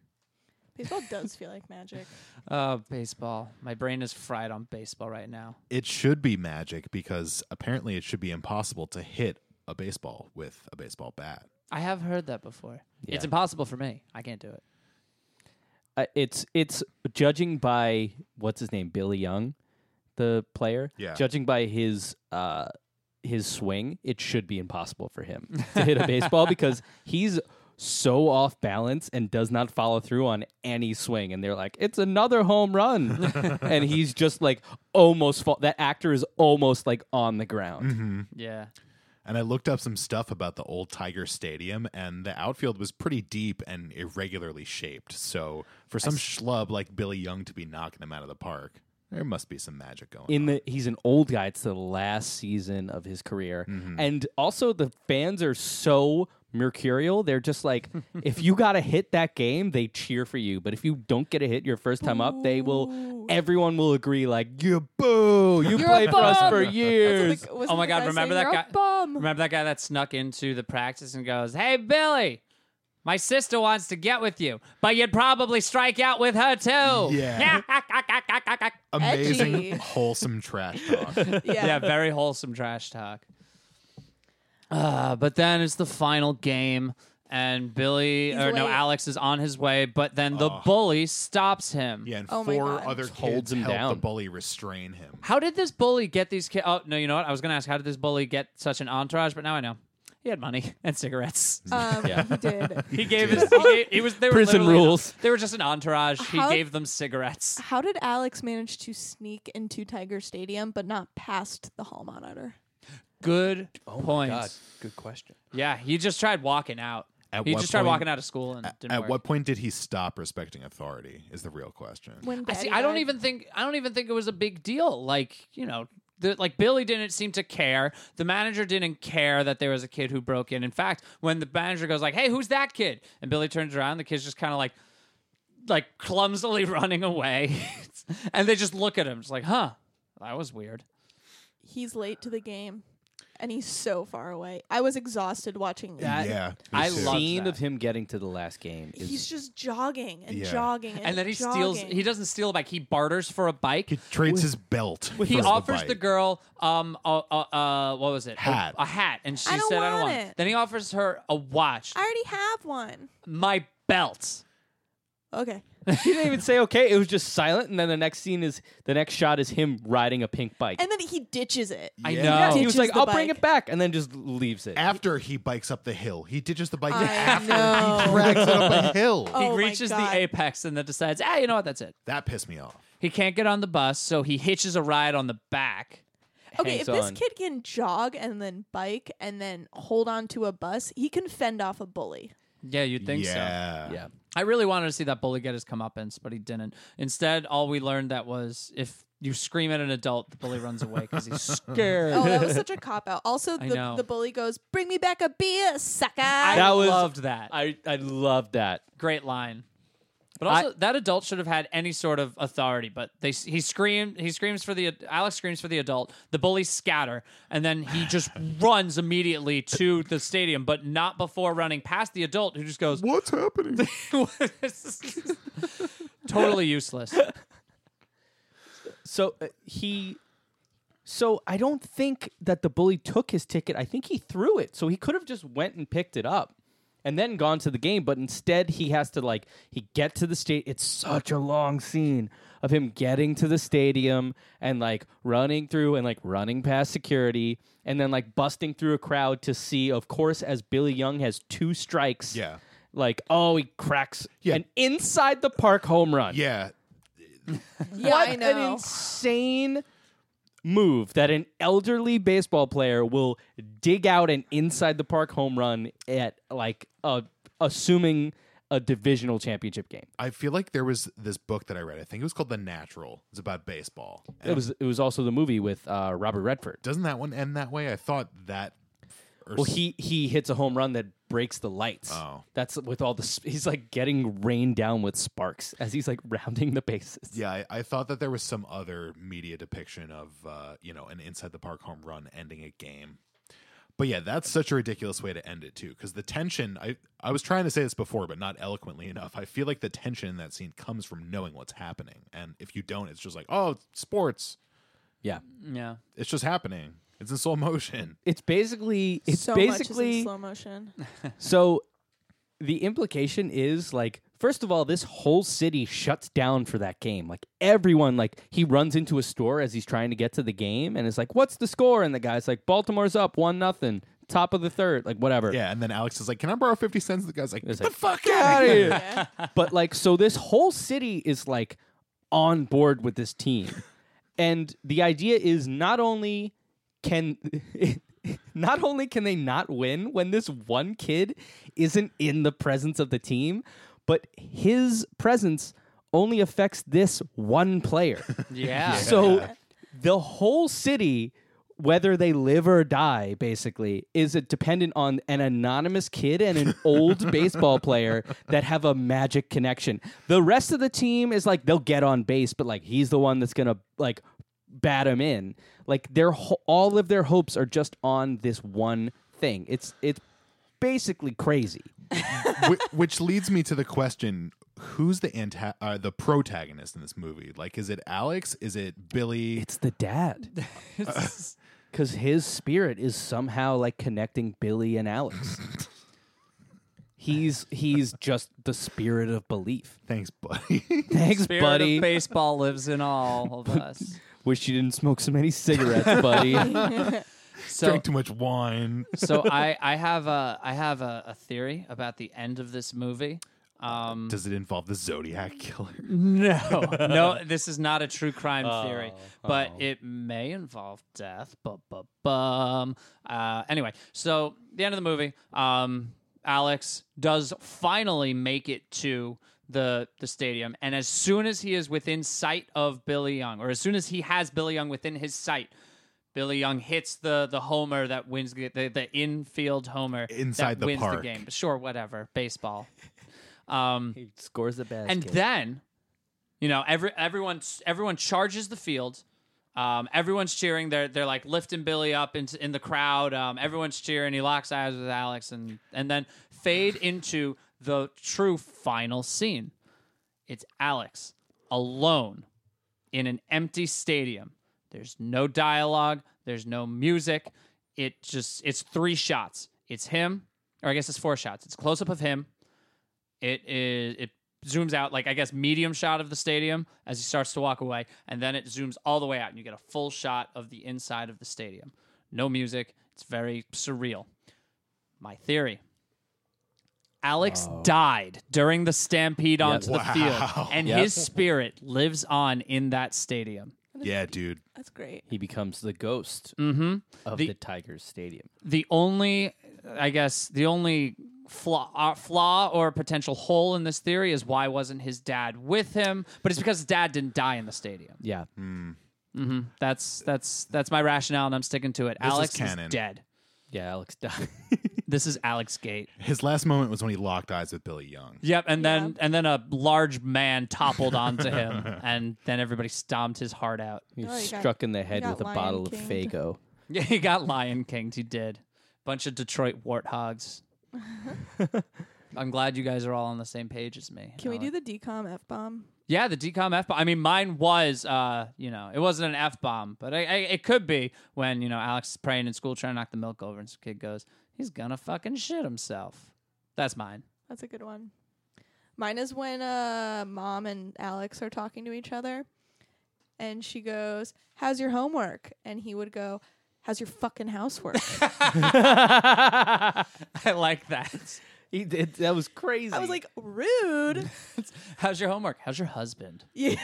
Speaker 3: Baseball does feel like magic.
Speaker 1: Oh, baseball! My brain is fried on baseball right now.
Speaker 4: It should be magic because apparently it should be impossible to hit a baseball with a baseball bat.
Speaker 1: I have heard that before. It's
Speaker 5: Yeah.
Speaker 1: impossible for me. I can't do it.
Speaker 5: Uh, it's, it's judging by, what's his name? Billy Young, the player.
Speaker 4: Yeah.
Speaker 5: Judging by his, uh, his swing, it should be impossible for him to hit a baseball because he's so off balance and does not follow through on any swing. And they're like, it's another home run. and he's just like almost, fall- that actor is almost like on the ground.
Speaker 1: Yeah.
Speaker 4: And I looked up some stuff about the old Tiger Stadium, and the outfield was pretty deep and irregularly shaped. So for some schlub like Billy Young to be knocking him out of the park, there must be some magic going
Speaker 5: in
Speaker 4: on.
Speaker 5: the he's an old guy it's the last season of his career and also the fans are so mercurial they're just like if you got to hit that game they cheer for you but if you don't get a hit your first time up they will everyone will agree like you boo you
Speaker 3: You're a
Speaker 5: played for us
Speaker 3: bum."
Speaker 5: for
Speaker 3: That's
Speaker 5: years
Speaker 1: Oh my God! Remember that guy? Remember that guy that snuck into the practice and goes, "Hey Billy, my sister wants to get with you, but you'd probably strike out with her too." ah,
Speaker 4: Yeah. Amazing,
Speaker 3: Edgy.
Speaker 4: wholesome trash talk.
Speaker 3: Yeah.
Speaker 1: yeah, very wholesome trash talk. Uh, but then it's the final game, and Billy or no,
Speaker 3: late.
Speaker 1: Alex is on his way, but then the bully stops him.
Speaker 4: Yeah, and
Speaker 3: Oh my
Speaker 4: four
Speaker 3: God.
Speaker 4: other
Speaker 3: Just
Speaker 4: kids
Speaker 5: holds him
Speaker 4: helped
Speaker 5: down.
Speaker 4: the bully restrain him.
Speaker 1: How did this bully get these kids? Oh no, you know what? I was gonna ask how did this bully get such an entourage, but now I know. He had money and cigarettes.
Speaker 3: Um, He did.
Speaker 1: He gave his. He, gave, he was. They were
Speaker 5: Prison
Speaker 1: literally-
Speaker 5: rules.
Speaker 1: They were just an entourage.
Speaker 3: How-
Speaker 1: he gave them cigarettes.
Speaker 3: How did Alex manage to sneak into Tiger Stadium but not past the hall monitor?
Speaker 1: Good
Speaker 4: Oh
Speaker 1: point.
Speaker 5: good question
Speaker 1: Yeah, he just tried walking out.
Speaker 4: At
Speaker 1: he
Speaker 4: what
Speaker 1: just tried
Speaker 4: point-
Speaker 1: walking out of school and didn't
Speaker 4: At
Speaker 1: work.
Speaker 4: what point did he stop respecting authority? Is the real question.
Speaker 3: When
Speaker 1: I see.
Speaker 3: Daddy
Speaker 1: I don't
Speaker 3: died?
Speaker 1: even think. I don't even think it was a big deal. Like you know. The, like Billy didn't seem to care. The manager didn't care that there was a kid who broke in. In fact, when the manager goes like, "Hey, who's that kid?" and Billy turns around, the kid's just kind of like, like clumsily running away, and they just look at him, just like, "Huh, that was weird."
Speaker 3: he's late to the game and he's so far away. I was exhausted watching that.
Speaker 4: yeah, me
Speaker 1: I
Speaker 4: too.
Speaker 1: love
Speaker 5: scene
Speaker 1: that.
Speaker 5: of him getting to the last game is
Speaker 3: He's just jogging and
Speaker 4: Yeah.
Speaker 3: jogging and,
Speaker 1: and then he steals
Speaker 3: jogging.
Speaker 1: he doesn't steal a bike he barters for a bike
Speaker 4: He trades his belt.
Speaker 1: he
Speaker 4: for
Speaker 1: offers the
Speaker 4: bike.
Speaker 1: girl um a, a, a what was it A-
Speaker 4: Hat.
Speaker 1: a, hat and she
Speaker 3: I don't
Speaker 1: said i don't
Speaker 3: want
Speaker 1: want it
Speaker 3: it.
Speaker 1: then he offers her a watch
Speaker 3: I already have one.
Speaker 1: my belt
Speaker 3: Okay.
Speaker 5: She didn't even say okay. It was just silent, and then the next scene is the next shot is him riding a pink bike.
Speaker 3: And then he ditches it.
Speaker 1: I
Speaker 4: Yeah.
Speaker 1: know.
Speaker 5: Yeah, he
Speaker 3: ditches
Speaker 5: was like,
Speaker 3: the
Speaker 5: "I'll bring
Speaker 3: bike.
Speaker 5: it back," and then just leaves it.
Speaker 4: After he bikes up the hill, he ditches the bike.
Speaker 3: I
Speaker 4: after he
Speaker 3: know.
Speaker 4: drags it up a hill.
Speaker 1: He
Speaker 3: Oh my
Speaker 1: reaches the
Speaker 3: God.
Speaker 1: apex and then decides, ah, you know what? That's it.
Speaker 4: That pissed me off.
Speaker 1: He can't get on the bus, so he hitches a ride on the back.
Speaker 3: Okay,
Speaker 5: hangs
Speaker 3: if this
Speaker 5: on.
Speaker 3: kid can jog and then bike and then hold on to a bus, he can fend off a bully.
Speaker 1: Yeah, you'd think so.
Speaker 4: yeah.
Speaker 5: yeah,
Speaker 1: I really wanted to see that bully get his comeuppance, but he didn't. Instead, all we learned that was if you scream at an adult, the bully runs away because he's scared.
Speaker 3: Oh, that was such a cop out. Also,
Speaker 1: I
Speaker 3: the,
Speaker 1: know.
Speaker 3: the bully goes, "Bring me back a beer, sucker."
Speaker 1: I
Speaker 5: That was-
Speaker 1: loved that.
Speaker 5: I I love that.
Speaker 1: Great line. But
Speaker 5: I-
Speaker 1: also, that adult should have had any sort of authority. But they he screamed. He screams for the Alex screams for the adult. The bullies scatter, and then he just runs immediately to the stadium, but not before running past the adult, who just goes,
Speaker 4: What's happening?
Speaker 1: "Totally useless."
Speaker 5: So uh, he, so I don't think that the bully took his ticket. I think he threw it. So he could have just went and picked it up, and then gone to the game. But instead, he has to like he get to the state. It's such a long scene of him getting to the stadium and like running through and like running past security and then like busting through a crowd to see. Of course, as Billy Young has two strikes.
Speaker 4: Yeah.
Speaker 5: Like oh, he cracks
Speaker 4: Yeah.
Speaker 5: an inside the park home run
Speaker 4: yeah.
Speaker 3: yeah,
Speaker 5: what
Speaker 3: I
Speaker 5: an
Speaker 3: know.
Speaker 5: insane move that an elderly baseball player will dig out an inside the park home run at like a assuming a divisional championship game.
Speaker 4: I feel like there was this book that I read. I think it was called The Natural. It's about baseball.
Speaker 5: It was it was also the movie with uh, Robert Redford.
Speaker 4: Doesn't that one end that way? I thought that. or
Speaker 5: Well, he he hits a home run that breaks the lights.
Speaker 4: Oh.
Speaker 5: That's with all the sp- he's like getting rained down with sparks as he's like rounding the bases.
Speaker 4: Yeah, I, I thought that there was some other media depiction of uh, you know an inside the park home run ending a game. But yeah, that's such a ridiculous way to end it too, because the tension. I I was trying to say this before, but not eloquently enough. I feel like the tension in that scene comes from knowing what's happening, and if you don't, it's just like oh, it's sports.
Speaker 5: Yeah.
Speaker 1: Yeah.
Speaker 4: It's just happening. It's in slow motion.
Speaker 5: It's basically it's
Speaker 3: so much is
Speaker 5: basically
Speaker 3: in slow motion.
Speaker 5: So the implication is like first of all this whole city shuts down for that game. Like everyone like he runs into a store as he's trying to get to the game and is like what's the score and the guy's like Baltimore's up 1 nothing. Top of the third, like whatever.
Speaker 4: Yeah, and then Alex is like, "Can I borrow fifty cents?" The guy's like,
Speaker 5: It's
Speaker 4: "Get
Speaker 5: like,
Speaker 4: "The fuck
Speaker 5: Get
Speaker 4: out
Speaker 5: out
Speaker 4: of
Speaker 5: of
Speaker 4: here!"
Speaker 5: here. but like so this whole city is like on board with this team. And the idea is not only can not only can they not win when this one kid isn't in the presence of the team, but his presence only affects this one player.
Speaker 1: Yeah.
Speaker 5: So the whole city, whether they live or die, basically, is it dependent on an anonymous kid and an old baseball player that have a magic connection. The rest of the team is like they'll get on base, but like he's the one that's gonna like bat him in. Like their ho- all of their hopes are just on this one thing. It's it's basically crazy.
Speaker 4: which, which leads me to the question: Who's the anta- uh, the protagonist in this movie? Like, is it Alex? Is it Billy?
Speaker 5: It's the dad. Because his spirit is somehow like connecting Billy and Alex. he's he's just the spirit of belief.
Speaker 4: Thanks, buddy.
Speaker 5: Thanks,
Speaker 1: Spirit
Speaker 5: buddy.
Speaker 1: of baseball lives in all of us.
Speaker 5: Wish you didn't smoke so many cigarettes, buddy.
Speaker 1: So
Speaker 4: Drank too much wine.
Speaker 1: so I, I have a I have a, a theory about the end of this movie. Um,
Speaker 4: Does it involve the Zodiac killer?
Speaker 1: no, no, this is not a true crime theory, but it may involve death. But but bum. Uh, anyway, so the end of the movie, um, Alex does finally make it to the the stadium, and as soon as he is within sight of Billy Young, or as soon as he has Billy Young within his sight. Billy Young hits the the homer that wins the, the, the infield homer
Speaker 4: Inside
Speaker 1: that
Speaker 4: the
Speaker 1: wins
Speaker 4: park.
Speaker 1: the game. Sure, whatever, baseball. Um,
Speaker 5: he scores the basket.
Speaker 1: and then you know every everyone everyone charges the field um, everyone's cheering they're they're like lifting billy up in, in the crowd um, everyone's cheering he locks eyes with alex and and then fade into the true final scene it's alex alone in an empty stadium there's no dialogue there's no music it just it's three shots it's him or i guess it's four shots it's close up of him it is it zooms out like I guess medium shot of the stadium as he starts to walk away, and then it zooms all the way out, and you get a full shot of the inside of the stadium. No music. It's very surreal. My theory. Alex died during the stampede onto the field, and
Speaker 5: Yep.
Speaker 1: his spirit lives on in that stadium.
Speaker 4: Yeah, dude.
Speaker 3: That's great.
Speaker 5: He becomes the ghost
Speaker 1: Mm-hmm.
Speaker 5: of
Speaker 1: The-
Speaker 5: the, Tigers Stadium.
Speaker 1: the only i guess the only flaw, uh, flaw or potential hole in this theory is why wasn't his dad with him but it's because his dad didn't die in the stadium
Speaker 5: Yeah.
Speaker 1: hmm that's that's that's my rationale and i'm sticking to it
Speaker 4: This is
Speaker 1: alex is,
Speaker 4: canon.
Speaker 1: dead
Speaker 5: Yeah, Alex died.
Speaker 1: this is alex gate
Speaker 4: His last moment was when he locked eyes with Billy Young.
Speaker 1: yep and then and then a large man toppled onto him and then everybody stomped his heart out
Speaker 5: He's
Speaker 3: Oh, he got-
Speaker 5: struck in the head
Speaker 3: got
Speaker 5: with a
Speaker 3: Lion
Speaker 5: bottle of
Speaker 3: King'd.
Speaker 5: Fago.
Speaker 1: yeah he got lion kinged he did bunch of detroit warthogs i'm glad you guys are all on the same page as me
Speaker 3: Can we
Speaker 1: Alex.
Speaker 3: do the decom f bomb?
Speaker 1: Yeah, the decom f bomb. I mean, mine was, uh, you know, it wasn't an f bomb, but I, I, it could be when you know Alex is praying in school, trying to knock the milk over, and some kid goes, "He's gonna fucking shit himself." That's mine.
Speaker 3: That's a good one. Mine is when uh, mom and Alex are talking to each other, and she goes, "How's your homework?" And he would go, "How's your fucking housework?"
Speaker 1: I like that.
Speaker 5: He did, that was crazy.
Speaker 3: I was like, "Rude."
Speaker 1: How's your homework? How's your husband?
Speaker 3: yeah.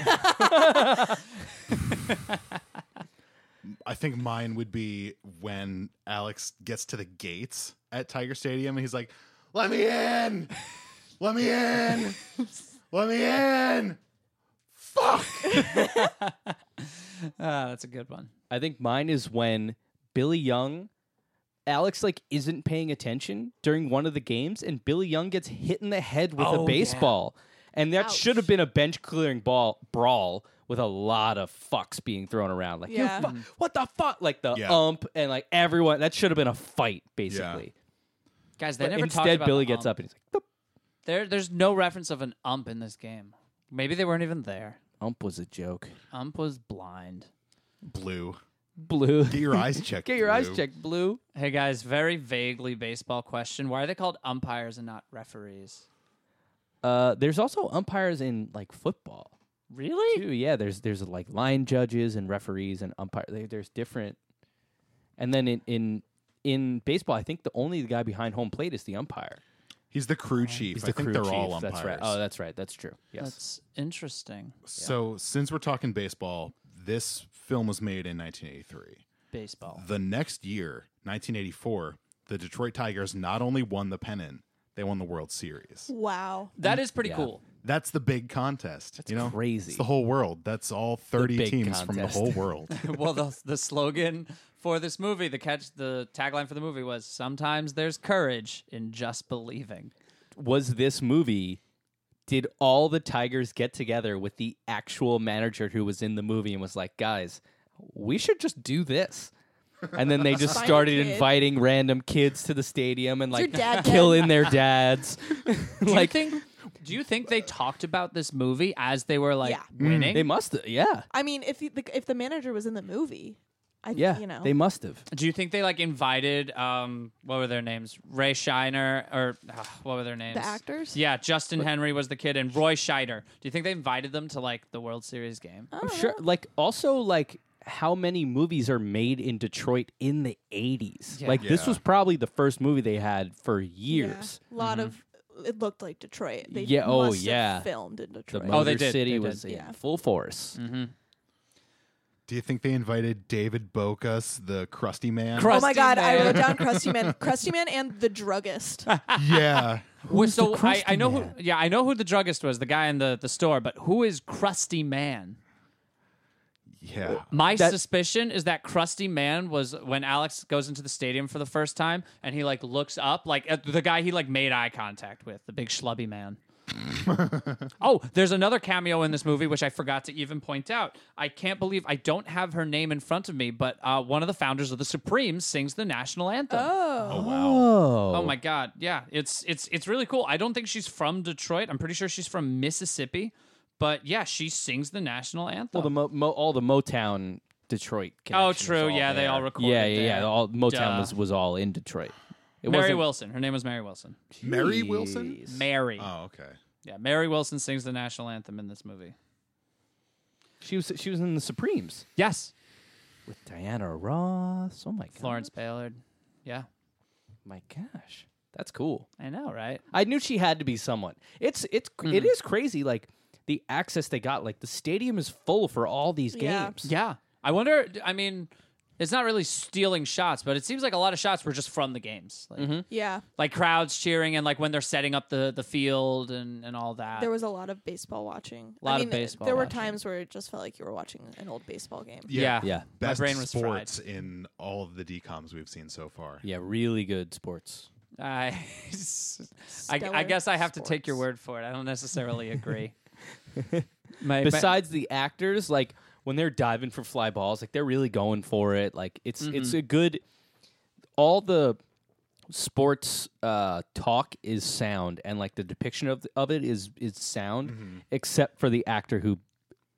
Speaker 4: I think mine would be when Alex gets to the gates at Tiger Stadium and he's like, "Let me in, let me in, let me in." Fuck.
Speaker 1: Ah, that's a good one.
Speaker 5: I think mine is when Billy Young, Alex like isn't paying attention during one of the games, and Billy Young gets hit in the head with
Speaker 1: Oh, yeah.
Speaker 5: a baseball, and that
Speaker 3: Ouch.
Speaker 5: should have been a bench clearing ball brawl with a lot of fucks being thrown around. Like, you
Speaker 3: Yeah.
Speaker 5: fu- what the fuck? Like the
Speaker 4: Yeah.
Speaker 5: ump and like everyone. That should have been a fight, basically.
Speaker 1: Guys, they
Speaker 5: But
Speaker 1: never talked
Speaker 5: instead,
Speaker 1: about
Speaker 5: Billy
Speaker 1: the
Speaker 5: gets
Speaker 1: ump.
Speaker 5: up and he's like,
Speaker 1: There, there's no reference of an ump in this game. Maybe they weren't even there.
Speaker 5: "The ump was a joke."
Speaker 1: Ump was blind.
Speaker 4: Blue.
Speaker 5: Blue,
Speaker 4: Get your eyes checked.
Speaker 5: get your eyes
Speaker 4: Blue.
Speaker 5: checked, Blue.
Speaker 1: Hey guys, very vaguely baseball question. Why are they called umpires and not referees?
Speaker 5: Uh, there's also umpires in like football.
Speaker 1: Really?
Speaker 5: too. Yeah, there's there's like line judges and referees and umpire. There, there's different. And then in, in in baseball, I think the only guy behind home plate is the umpire.
Speaker 4: He's the crew chief.
Speaker 5: He's
Speaker 4: I
Speaker 5: the
Speaker 4: think
Speaker 5: crew
Speaker 4: they're all
Speaker 5: chief.
Speaker 4: umpires.
Speaker 5: That's right. Oh, that's right. That's true. Yes.
Speaker 1: That's interesting.
Speaker 4: So since we're talking baseball, this film was made in 1983.
Speaker 1: Baseball.
Speaker 4: The next year, 1984, the Detroit Tigers not only won the pennant, they won the World Series.
Speaker 3: Wow.
Speaker 1: That is pretty
Speaker 5: Yeah.
Speaker 1: cool.
Speaker 4: That's the big contest. you know,
Speaker 5: crazy.
Speaker 4: It's the whole world. That's all 30
Speaker 5: big
Speaker 4: teams from the
Speaker 5: contest.
Speaker 4: whole world.
Speaker 1: well, the, the slogan for this movie, the catch, the tagline for the movie was "Sometimes there's courage in just believing."
Speaker 5: was this movie? Did all the Tigers get together with the actual manager who was in the movie and was like, guys, we should just do this? And then they just
Speaker 3: Find a
Speaker 5: started
Speaker 3: kid.
Speaker 5: inviting random kids to the stadium and
Speaker 3: Is your
Speaker 5: like
Speaker 3: dad dead?
Speaker 5: killing their dads. like
Speaker 1: do you think? Do you think they talked about this movie as they were like
Speaker 3: Yeah.
Speaker 1: winning?
Speaker 5: they must have, yeah.
Speaker 3: I mean, if the, if the manager was in the movie, I th-
Speaker 5: Yeah,
Speaker 3: you know,
Speaker 5: they must have.
Speaker 1: do you think they like invited? Um, what were their names? Ray Shiner or ah, what were their names?
Speaker 3: the actors.
Speaker 1: Yeah, Justin Henry was the kid, and Roy Scheider. Do you think they invited them to like the World Series game?
Speaker 3: I
Speaker 5: I'm
Speaker 3: don't
Speaker 5: sure.
Speaker 3: know.
Speaker 5: Like, also, like, how many movies are made in Detroit in the 80s? Like, this
Speaker 4: Yeah.
Speaker 5: was probably the first movie they had for years. Mm-hmm.
Speaker 3: Yeah. A lot of it looked like Detroit. They
Speaker 5: Yeah, oh,
Speaker 3: must have
Speaker 5: yeah.
Speaker 3: filmed in
Speaker 5: The
Speaker 3: Detroit.
Speaker 5: Motor
Speaker 1: Oh, they did, Mm-hmm.
Speaker 5: City
Speaker 1: they
Speaker 5: was
Speaker 1: did.
Speaker 5: in
Speaker 3: Yeah.
Speaker 5: full force.
Speaker 4: Do you think they invited David Bocas, the crusty man?
Speaker 1: Cru-
Speaker 3: oh my
Speaker 1: Krusty
Speaker 3: god, I
Speaker 1: Man.
Speaker 3: wrote down Krusty Man, Krusty Man, and the druggist.
Speaker 4: yeah.
Speaker 1: Wait, so
Speaker 5: the
Speaker 1: I, I
Speaker 5: Krusty
Speaker 1: know
Speaker 5: Man?
Speaker 1: who. Yeah, I know who the druggist was, the guy in the the store. But who is Krusty Man?
Speaker 4: Yeah.
Speaker 1: My
Speaker 5: That-
Speaker 1: suspicion is that Krusty Man was when Alex goes into the stadium for the first time, and he like looks up, like at the guy he like made eye contact with, the big schlubby man. oh, there's another cameo in this movie which I forgot to even point out. I can't believe I don't have her name in front of me, but uh, one of the founders of the Supremes sings the national anthem.
Speaker 4: Oh, wow.
Speaker 1: Oh my god, yeah, it's it's it's really cool. I don't think she's from Detroit. I'm pretty sure she's from Mississippi, but yeah, she sings the national anthem.
Speaker 5: Well, the mo- mo- all the Motown Detroit.
Speaker 1: Oh,
Speaker 5: connection is
Speaker 1: true. Yeah, they
Speaker 5: there.
Speaker 1: all recorded
Speaker 5: Yeah, yeah, yeah.
Speaker 1: there.
Speaker 5: All Motown
Speaker 1: Duh.
Speaker 5: was was all in Detroit. It
Speaker 1: Mary
Speaker 5: wasn't-
Speaker 1: Wilson. Her name was Mary Wilson.
Speaker 4: Mary Wilson?
Speaker 1: Mary.
Speaker 4: Oh, okay.
Speaker 1: Yeah, Mary Wilson sings the national anthem in this movie.
Speaker 5: She was she was in the Supremes
Speaker 1: Yes,
Speaker 5: with Diana Ross. Oh my god.
Speaker 1: Florence Ballard. Yeah,
Speaker 5: My gosh. That's cool.
Speaker 1: I know, right?
Speaker 5: I knew she had to be someone. It's it's cr it is crazy like the access they got like the stadium is full for all these
Speaker 3: Yeah.
Speaker 5: games.
Speaker 1: Yeah. I wonder. d- I mean, it's not really stealing shots, but it seems like a lot of shots were just from the games, like,
Speaker 3: Yeah,
Speaker 1: like crowds cheering and like when they're setting up the the field and and all that.
Speaker 3: there was a lot of baseball watching.
Speaker 1: Lot
Speaker 3: I
Speaker 1: of
Speaker 3: mean,
Speaker 1: baseball
Speaker 3: There were
Speaker 1: watching.
Speaker 3: times where it just felt like you were watching an old baseball game.
Speaker 1: yeah,
Speaker 5: Yeah.
Speaker 1: My
Speaker 4: Best
Speaker 1: brain was fried.
Speaker 4: sports in all of the decoms we've seen so far.
Speaker 5: Yeah, really good sports.
Speaker 1: I, I, I
Speaker 3: Stellar
Speaker 1: guess I have to take your
Speaker 3: sports.
Speaker 1: word for it. I don't necessarily agree. My, my-
Speaker 5: Besides the actors like when they're diving for fly balls, like they're really going for it. Like it's it's a good all the sports uh talk is sound and like the depiction of of it is is sound except for the actor who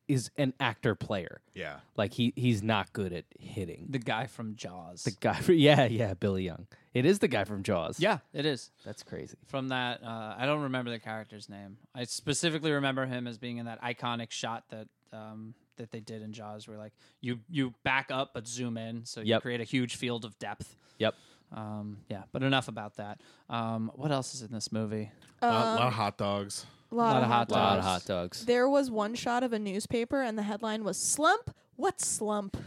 Speaker 5: is an actor player.
Speaker 4: Yeah.
Speaker 5: Like he he's not good at hitting.
Speaker 1: the guy from Jaws.
Speaker 5: The guy from yeah, yeah, Billy Young. It is the guy from Jaws.
Speaker 1: yeah, it is
Speaker 5: that's crazy.
Speaker 1: from that. Uh, I don't remember the character's name. I specifically remember him as being in that iconic shot that um, that they did in Jaws, where like you you back up but zoom in, so you
Speaker 5: Yep.
Speaker 1: create a huge field of depth.
Speaker 5: Yep.
Speaker 1: Um, yeah, but enough about that. Um, what else is in this movie?
Speaker 4: A lot- lot of hot dogs.
Speaker 3: A
Speaker 1: lot of hot
Speaker 5: A lot of
Speaker 1: dogs.
Speaker 5: hot dogs.
Speaker 3: There was one shot of a newspaper, and the headline was "Slump." What slump?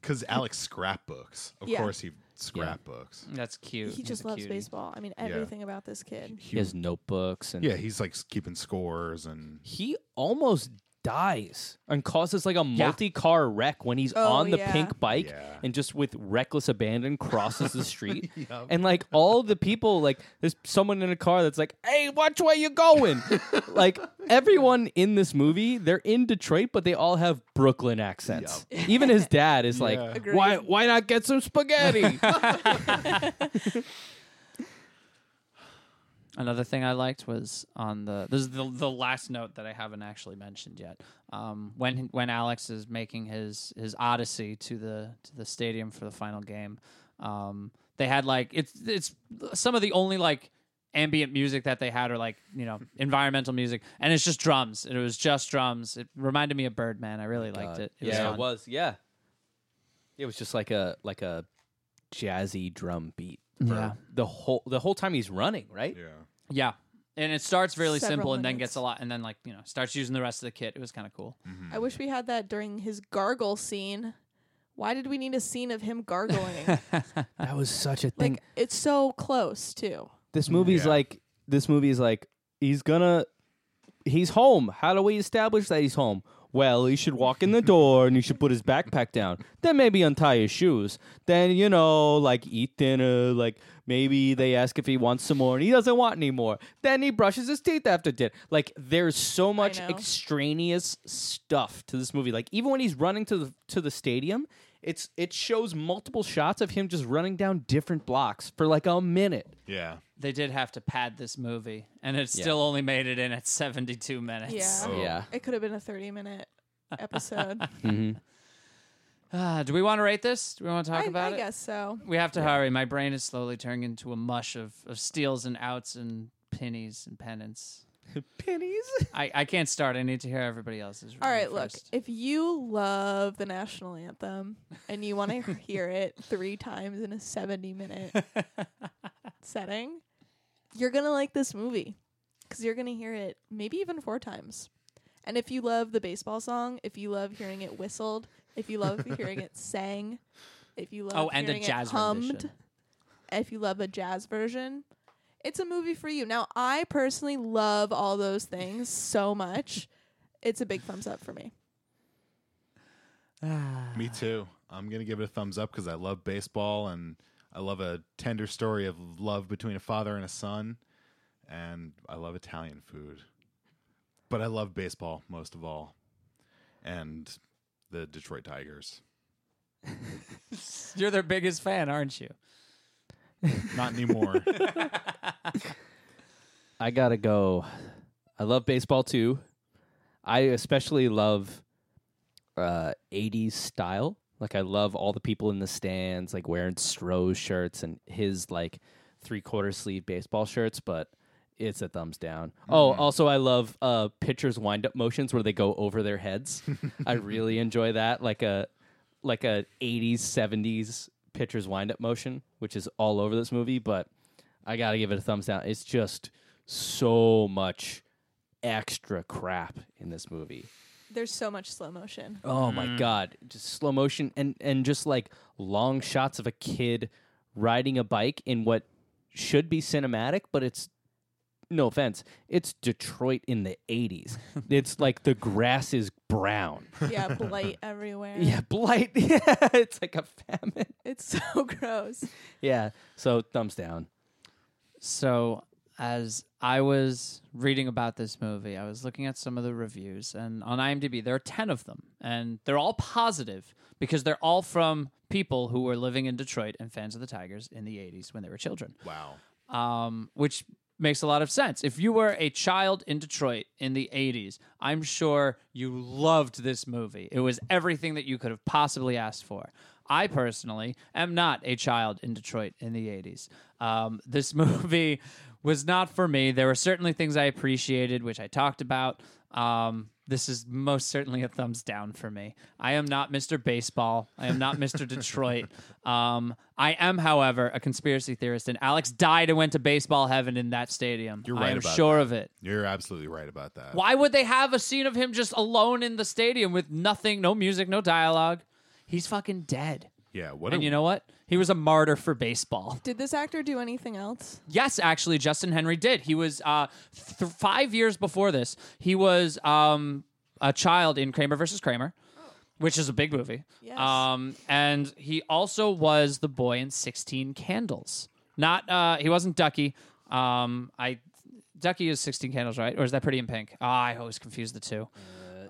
Speaker 4: Because Alex scrapbooks. Of
Speaker 3: Yeah.
Speaker 4: course, he scrapbooks.
Speaker 1: That's cute.
Speaker 3: he
Speaker 1: He's
Speaker 3: just
Speaker 1: a
Speaker 3: loves
Speaker 1: cutie.
Speaker 3: baseball. I mean, everything about this kid.
Speaker 5: He has notebooks and
Speaker 4: Yeah, he's like s- keeping scores and
Speaker 5: he almost dies and causes like a multi-car wreck when he's
Speaker 3: Oh,
Speaker 5: on the
Speaker 3: yeah.
Speaker 5: pink bike
Speaker 4: Yeah.
Speaker 5: and just with reckless abandon crosses the street and like all the people like there's someone in a car that's like hey watch where you going like everyone in this movie they're in detroit but they all have brooklyn accents even his dad is like
Speaker 3: Agreed.
Speaker 5: why why not get some spaghetti
Speaker 1: Another thing I liked was on the this is the, the last note that I haven't actually mentioned yet. Um, when when Alex is making his his odyssey to the to the stadium for the final game, um, they had like it's it's some of the only like ambient music that they had or like you know environmental music and it's just drums it was just drums it reminded me of birdman i really liked it, It was
Speaker 5: Uh, yeah,
Speaker 1: fun.
Speaker 5: it was. Yeah, it was just like a like a jazzy drum beat. for
Speaker 1: Yeah.
Speaker 5: the whole the whole time he's running, right?
Speaker 4: yeah.
Speaker 1: Yeah. And it starts really
Speaker 3: Several
Speaker 1: simple and then
Speaker 3: minutes.
Speaker 1: gets a lot and then like, you know, starts using the rest of the kit. It was kind of cool.
Speaker 3: I wish we had that during his gargle scene. Why did we need a scene of him gargling?
Speaker 5: That was such a thing.
Speaker 3: like it's so close too.
Speaker 5: this movie's
Speaker 4: Yeah.
Speaker 5: like this movie's like he's gonna he's home. How do we establish that he's home? Well, he should walk in the door and he should put his backpack down. Then maybe untie his shoes. Then, you know, like eat dinner. Like maybe they ask if he wants some more and he doesn't want any more. Then he brushes his teeth after dinner. Like there's so much
Speaker 3: know.
Speaker 5: extraneous stuff to this movie. Like even when he's running to the to the stadium, it's it shows multiple shots of him just running down different blocks for like a minute.
Speaker 4: Yeah.
Speaker 1: They did have to pad this movie and it still only made it in at 72 minutes.
Speaker 3: Yeah.
Speaker 4: Oh.
Speaker 5: Yeah.
Speaker 3: It could have been a 30 minute episode.
Speaker 1: Ah, do we want to rate this? Do we want to talk
Speaker 3: I,
Speaker 1: about
Speaker 3: I
Speaker 1: it?
Speaker 3: guess so.
Speaker 1: We have to hurry. My brain is slowly turning into a mush of, of steals and outs and pennies and pennants.
Speaker 5: Pennies.
Speaker 1: I, I can't start. I need to hear everybody else's.
Speaker 3: All
Speaker 1: review
Speaker 3: right, look.
Speaker 1: first.
Speaker 3: If you love the national anthem and you want to hear it three times in a 70 minute setting, you're going to like this movie because you're going to hear it maybe even four times. And if you love the baseball song, if you love hearing it whistled, if you love hearing it sang, if you love
Speaker 1: Oh, and a
Speaker 3: hearing
Speaker 1: jazz
Speaker 3: it hummed,
Speaker 1: rendition.
Speaker 3: if you love a jazz version, it's a movie for you. Now, I personally love all those things so much. It's a big thumbs up for me.
Speaker 4: Me too. I'm gonna give it a thumbs up because I love baseball and I love a tender story of love between a father and a son, and I love Italian food. But I love baseball most of all, and the Detroit Tigers.
Speaker 1: You're their biggest fan, aren't you?
Speaker 4: Not anymore.
Speaker 5: I gotta go. I love baseball too. I especially love uh, '80s style. Like I love all the people in the stands, like wearing Stroh shirts and his like three quarter sleeve baseball shirts, but it's a thumbs down. Oh, also I love uh pitchers wind up motions where they go over their heads. I really enjoy that like a like a 80s 70s pitchers wind up motion, which is all over this movie, but I got to give it a thumbs down. It's just so much extra crap in this movie.
Speaker 3: There's so much slow motion.
Speaker 5: Oh my god, just slow motion and and just like long shots of a kid riding a bike in what should be cinematic, but it's no offense, it's Detroit in the 80s. it's like the grass is brown.
Speaker 3: Yeah, blight everywhere.
Speaker 5: Yeah, blight. Yeah, it's like a famine.
Speaker 3: It's so gross.
Speaker 5: Yeah. So thumbs down.
Speaker 1: So, as I was reading about this movie, I was looking at some of the reviews, and on IMDb, there are 10 of them, and they're all positive because they're all from people who were living in Detroit and fans of the Tigers in the 80s when they were children
Speaker 4: Wow.
Speaker 1: um, which makes a lot of sense. If you were a child in Detroit in the 80s, I'm sure you loved this movie. It was everything that you could have possibly asked for. I personally am not a child in Detroit in the 80s. Um, this movie was not for me. There were certainly things I appreciated, which I talked about. Um, this is most certainly a thumbs down for me. I am not Mr. Baseball. I am not Mr. Detroit. Um, I am, however, a conspiracy theorist, and Alex died and went to baseball heaven in that stadium.
Speaker 4: You're
Speaker 1: I
Speaker 4: right
Speaker 1: am
Speaker 4: about
Speaker 1: sure of it.
Speaker 4: You're absolutely right about that.
Speaker 1: Why would they have a scene of him just alone in the stadium with nothing, no music, no dialogue? He's fucking dead.
Speaker 4: Yeah. What?
Speaker 1: And
Speaker 4: a-
Speaker 1: you know what? He was a martyr for baseball.
Speaker 3: Did this actor do anything else?
Speaker 1: Yes, actually, Justin Henry did. He was uh, th- five years before this. He was um, a child in Kramer versus Kramer, which is a big movie.
Speaker 3: Yes.
Speaker 1: Um, and he also was the boy in Sixteen Candles. Not uh, he wasn't Ducky. Um, I Ducky is Sixteen Candles, right? Or is that Pretty in Pink? Ah, I always confuse the two.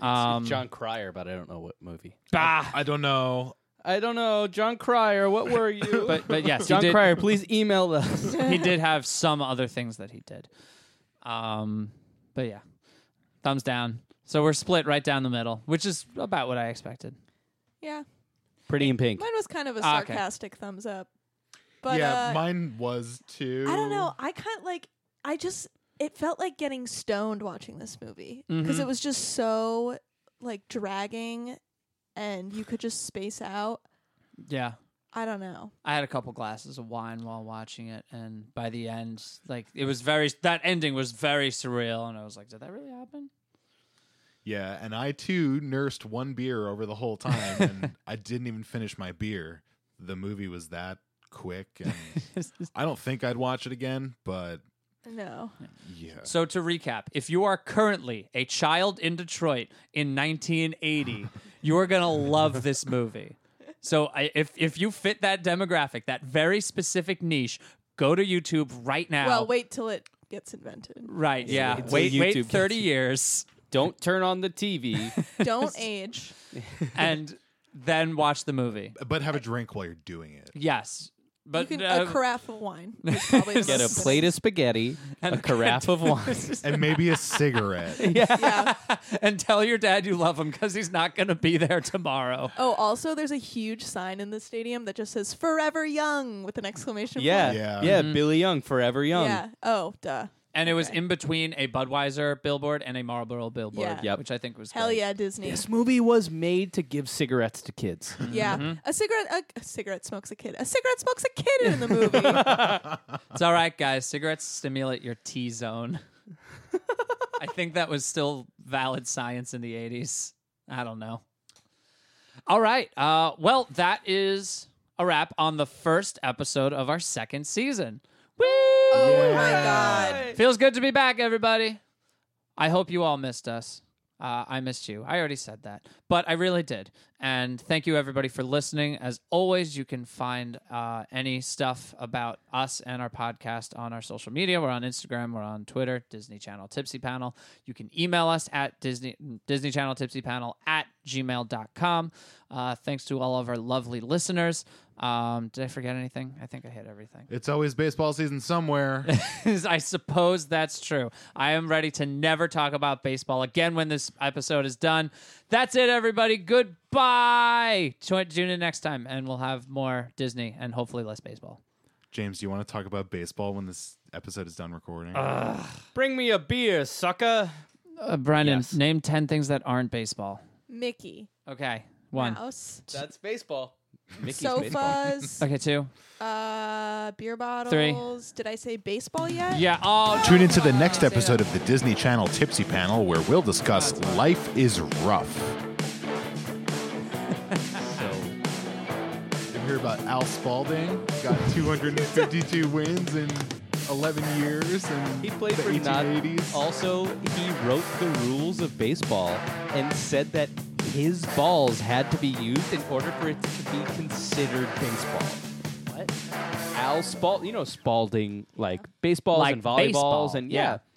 Speaker 1: Um,
Speaker 5: John Cryer, but I don't know what movie.
Speaker 1: Bah.
Speaker 4: I don't know.
Speaker 5: I don't know. John Cryer, what were you?
Speaker 1: But but yes,
Speaker 5: John
Speaker 1: he did.
Speaker 5: Cryer, please email us.
Speaker 1: he did have some other things that he did. Um, but yeah, thumbs down. So we're split right down the middle, which is about what I expected.
Speaker 3: Yeah.
Speaker 5: Pretty in pink.
Speaker 3: Mine was kind of a
Speaker 1: Ah, okay.
Speaker 3: sarcastic thumbs up. But
Speaker 4: yeah,
Speaker 3: uh,
Speaker 4: mine was too.
Speaker 3: I don't know. I kind of like. I just. It felt like getting stoned watching this movie because
Speaker 5: Mm-hmm.
Speaker 3: it was just so like dragging, and you could just space out.
Speaker 1: Yeah,
Speaker 3: I don't know.
Speaker 1: I had a couple glasses of wine while watching it, and by the end, like it was very that ending was very surreal, and I was like, did that really happen?
Speaker 4: Yeah, and I too nursed one beer over the whole time, and I didn't even finish my beer. The movie was that quick, and I don't think I'd watch it again. But
Speaker 3: No.
Speaker 4: yeah,
Speaker 1: So to recap, if you are currently a child in Detroit in 1980, you are gonna love this movie. So I, if if you fit that demographic, that very specific niche, go to YouTube right now.
Speaker 3: Well, wait till it gets invented.
Speaker 1: Right? Yeah.
Speaker 5: Wait till
Speaker 1: Wait, wait,
Speaker 5: YouTube
Speaker 1: 30
Speaker 5: gets-
Speaker 1: years,
Speaker 5: Don't turn on the TV.
Speaker 3: Don't age.
Speaker 1: and then watch the movie.
Speaker 4: but have a drink while you're doing it.
Speaker 1: Yes, but
Speaker 3: you can
Speaker 1: uh,
Speaker 3: a carafe of wine. is probably the
Speaker 5: Get a
Speaker 3: most
Speaker 5: plate of spaghetti, a carafe of wine.
Speaker 4: And maybe a cigarette.
Speaker 3: yeah.
Speaker 1: and tell your dad you love him because he's not gonna be there tomorrow.
Speaker 3: Oh, also, there's a huge sign in the stadium that just says "Forever Young" with an exclamation
Speaker 5: Yeah,
Speaker 3: point.
Speaker 4: Yeah.
Speaker 5: yeah. Mm-hmm. Billy Young, forever young.
Speaker 3: Yeah. Oh, duh.
Speaker 1: And it was in between a Budweiser billboard and a Marlboro billboard,
Speaker 3: Yeah.
Speaker 5: Yep.
Speaker 1: which I think was
Speaker 3: Hell
Speaker 1: great.
Speaker 3: yeah, Disney.
Speaker 5: This movie was made to give cigarettes to kids.
Speaker 3: Yeah, a cigarette. A, a cigarette smokes a kid. A cigarette smokes a kid in the movie. Oh
Speaker 1: It's all right, guys. Cigarettes stimulate your T zone. I think that was still valid science in the 80s. I don't know. All right. Uh, well, that is a wrap on the first episode of our second season. Woo!
Speaker 3: oh my god.
Speaker 1: Feels good to be back, everybody. I hope you all missed us. Uh, I missed you. I already said that, but I really did. And thank you, everybody, for listening. As always, you can find uh, any stuff about us and our podcast on our social media. We're on Instagram, we're on Twitter, Disney Channel Tipsy Panel. You can email us at Disney, Disney Channel Tipsy Panel at gmail.com. Uh, thanks to all of our lovely listeners. Um, did I forget anything? I think I hit everything.
Speaker 4: It's always baseball season somewhere.
Speaker 1: is I suppose that's true. I am ready to never talk about baseball again when this episode is done. That's it, everybody. Goodbye. Tune tune in next time, and we'll have more Disney and hopefully less baseball.
Speaker 4: James, do you want to talk about baseball when this episode is done recording?
Speaker 5: Bring me a beer, sucker.
Speaker 1: Uh, Brendan,
Speaker 5: Yes.
Speaker 1: name 10 things that aren't baseball.
Speaker 3: Mickey
Speaker 1: Okay. One.
Speaker 3: Mouse.
Speaker 5: That's baseball. Mickey's
Speaker 3: Sofas.
Speaker 1: Okay, two.
Speaker 3: Uh, beer bottles. Did I say baseball yet?
Speaker 1: Yeah. Oh,
Speaker 4: Tune into the next episode of the Disney Channel Tipsy Panel where we'll discuss Life is Rough. You hear about Al Spalding, got 252 wins in 11 years, and
Speaker 5: He played
Speaker 4: the
Speaker 5: for not.
Speaker 4: 1880s.
Speaker 5: Also, he wrote the rules of baseball and said that his balls had to be used in order for it to be considered baseball. What? Al Spal, you know Spalding, like baseballs
Speaker 1: Like
Speaker 5: and volleyballs
Speaker 1: baseball,
Speaker 5: and yeah.
Speaker 1: yeah.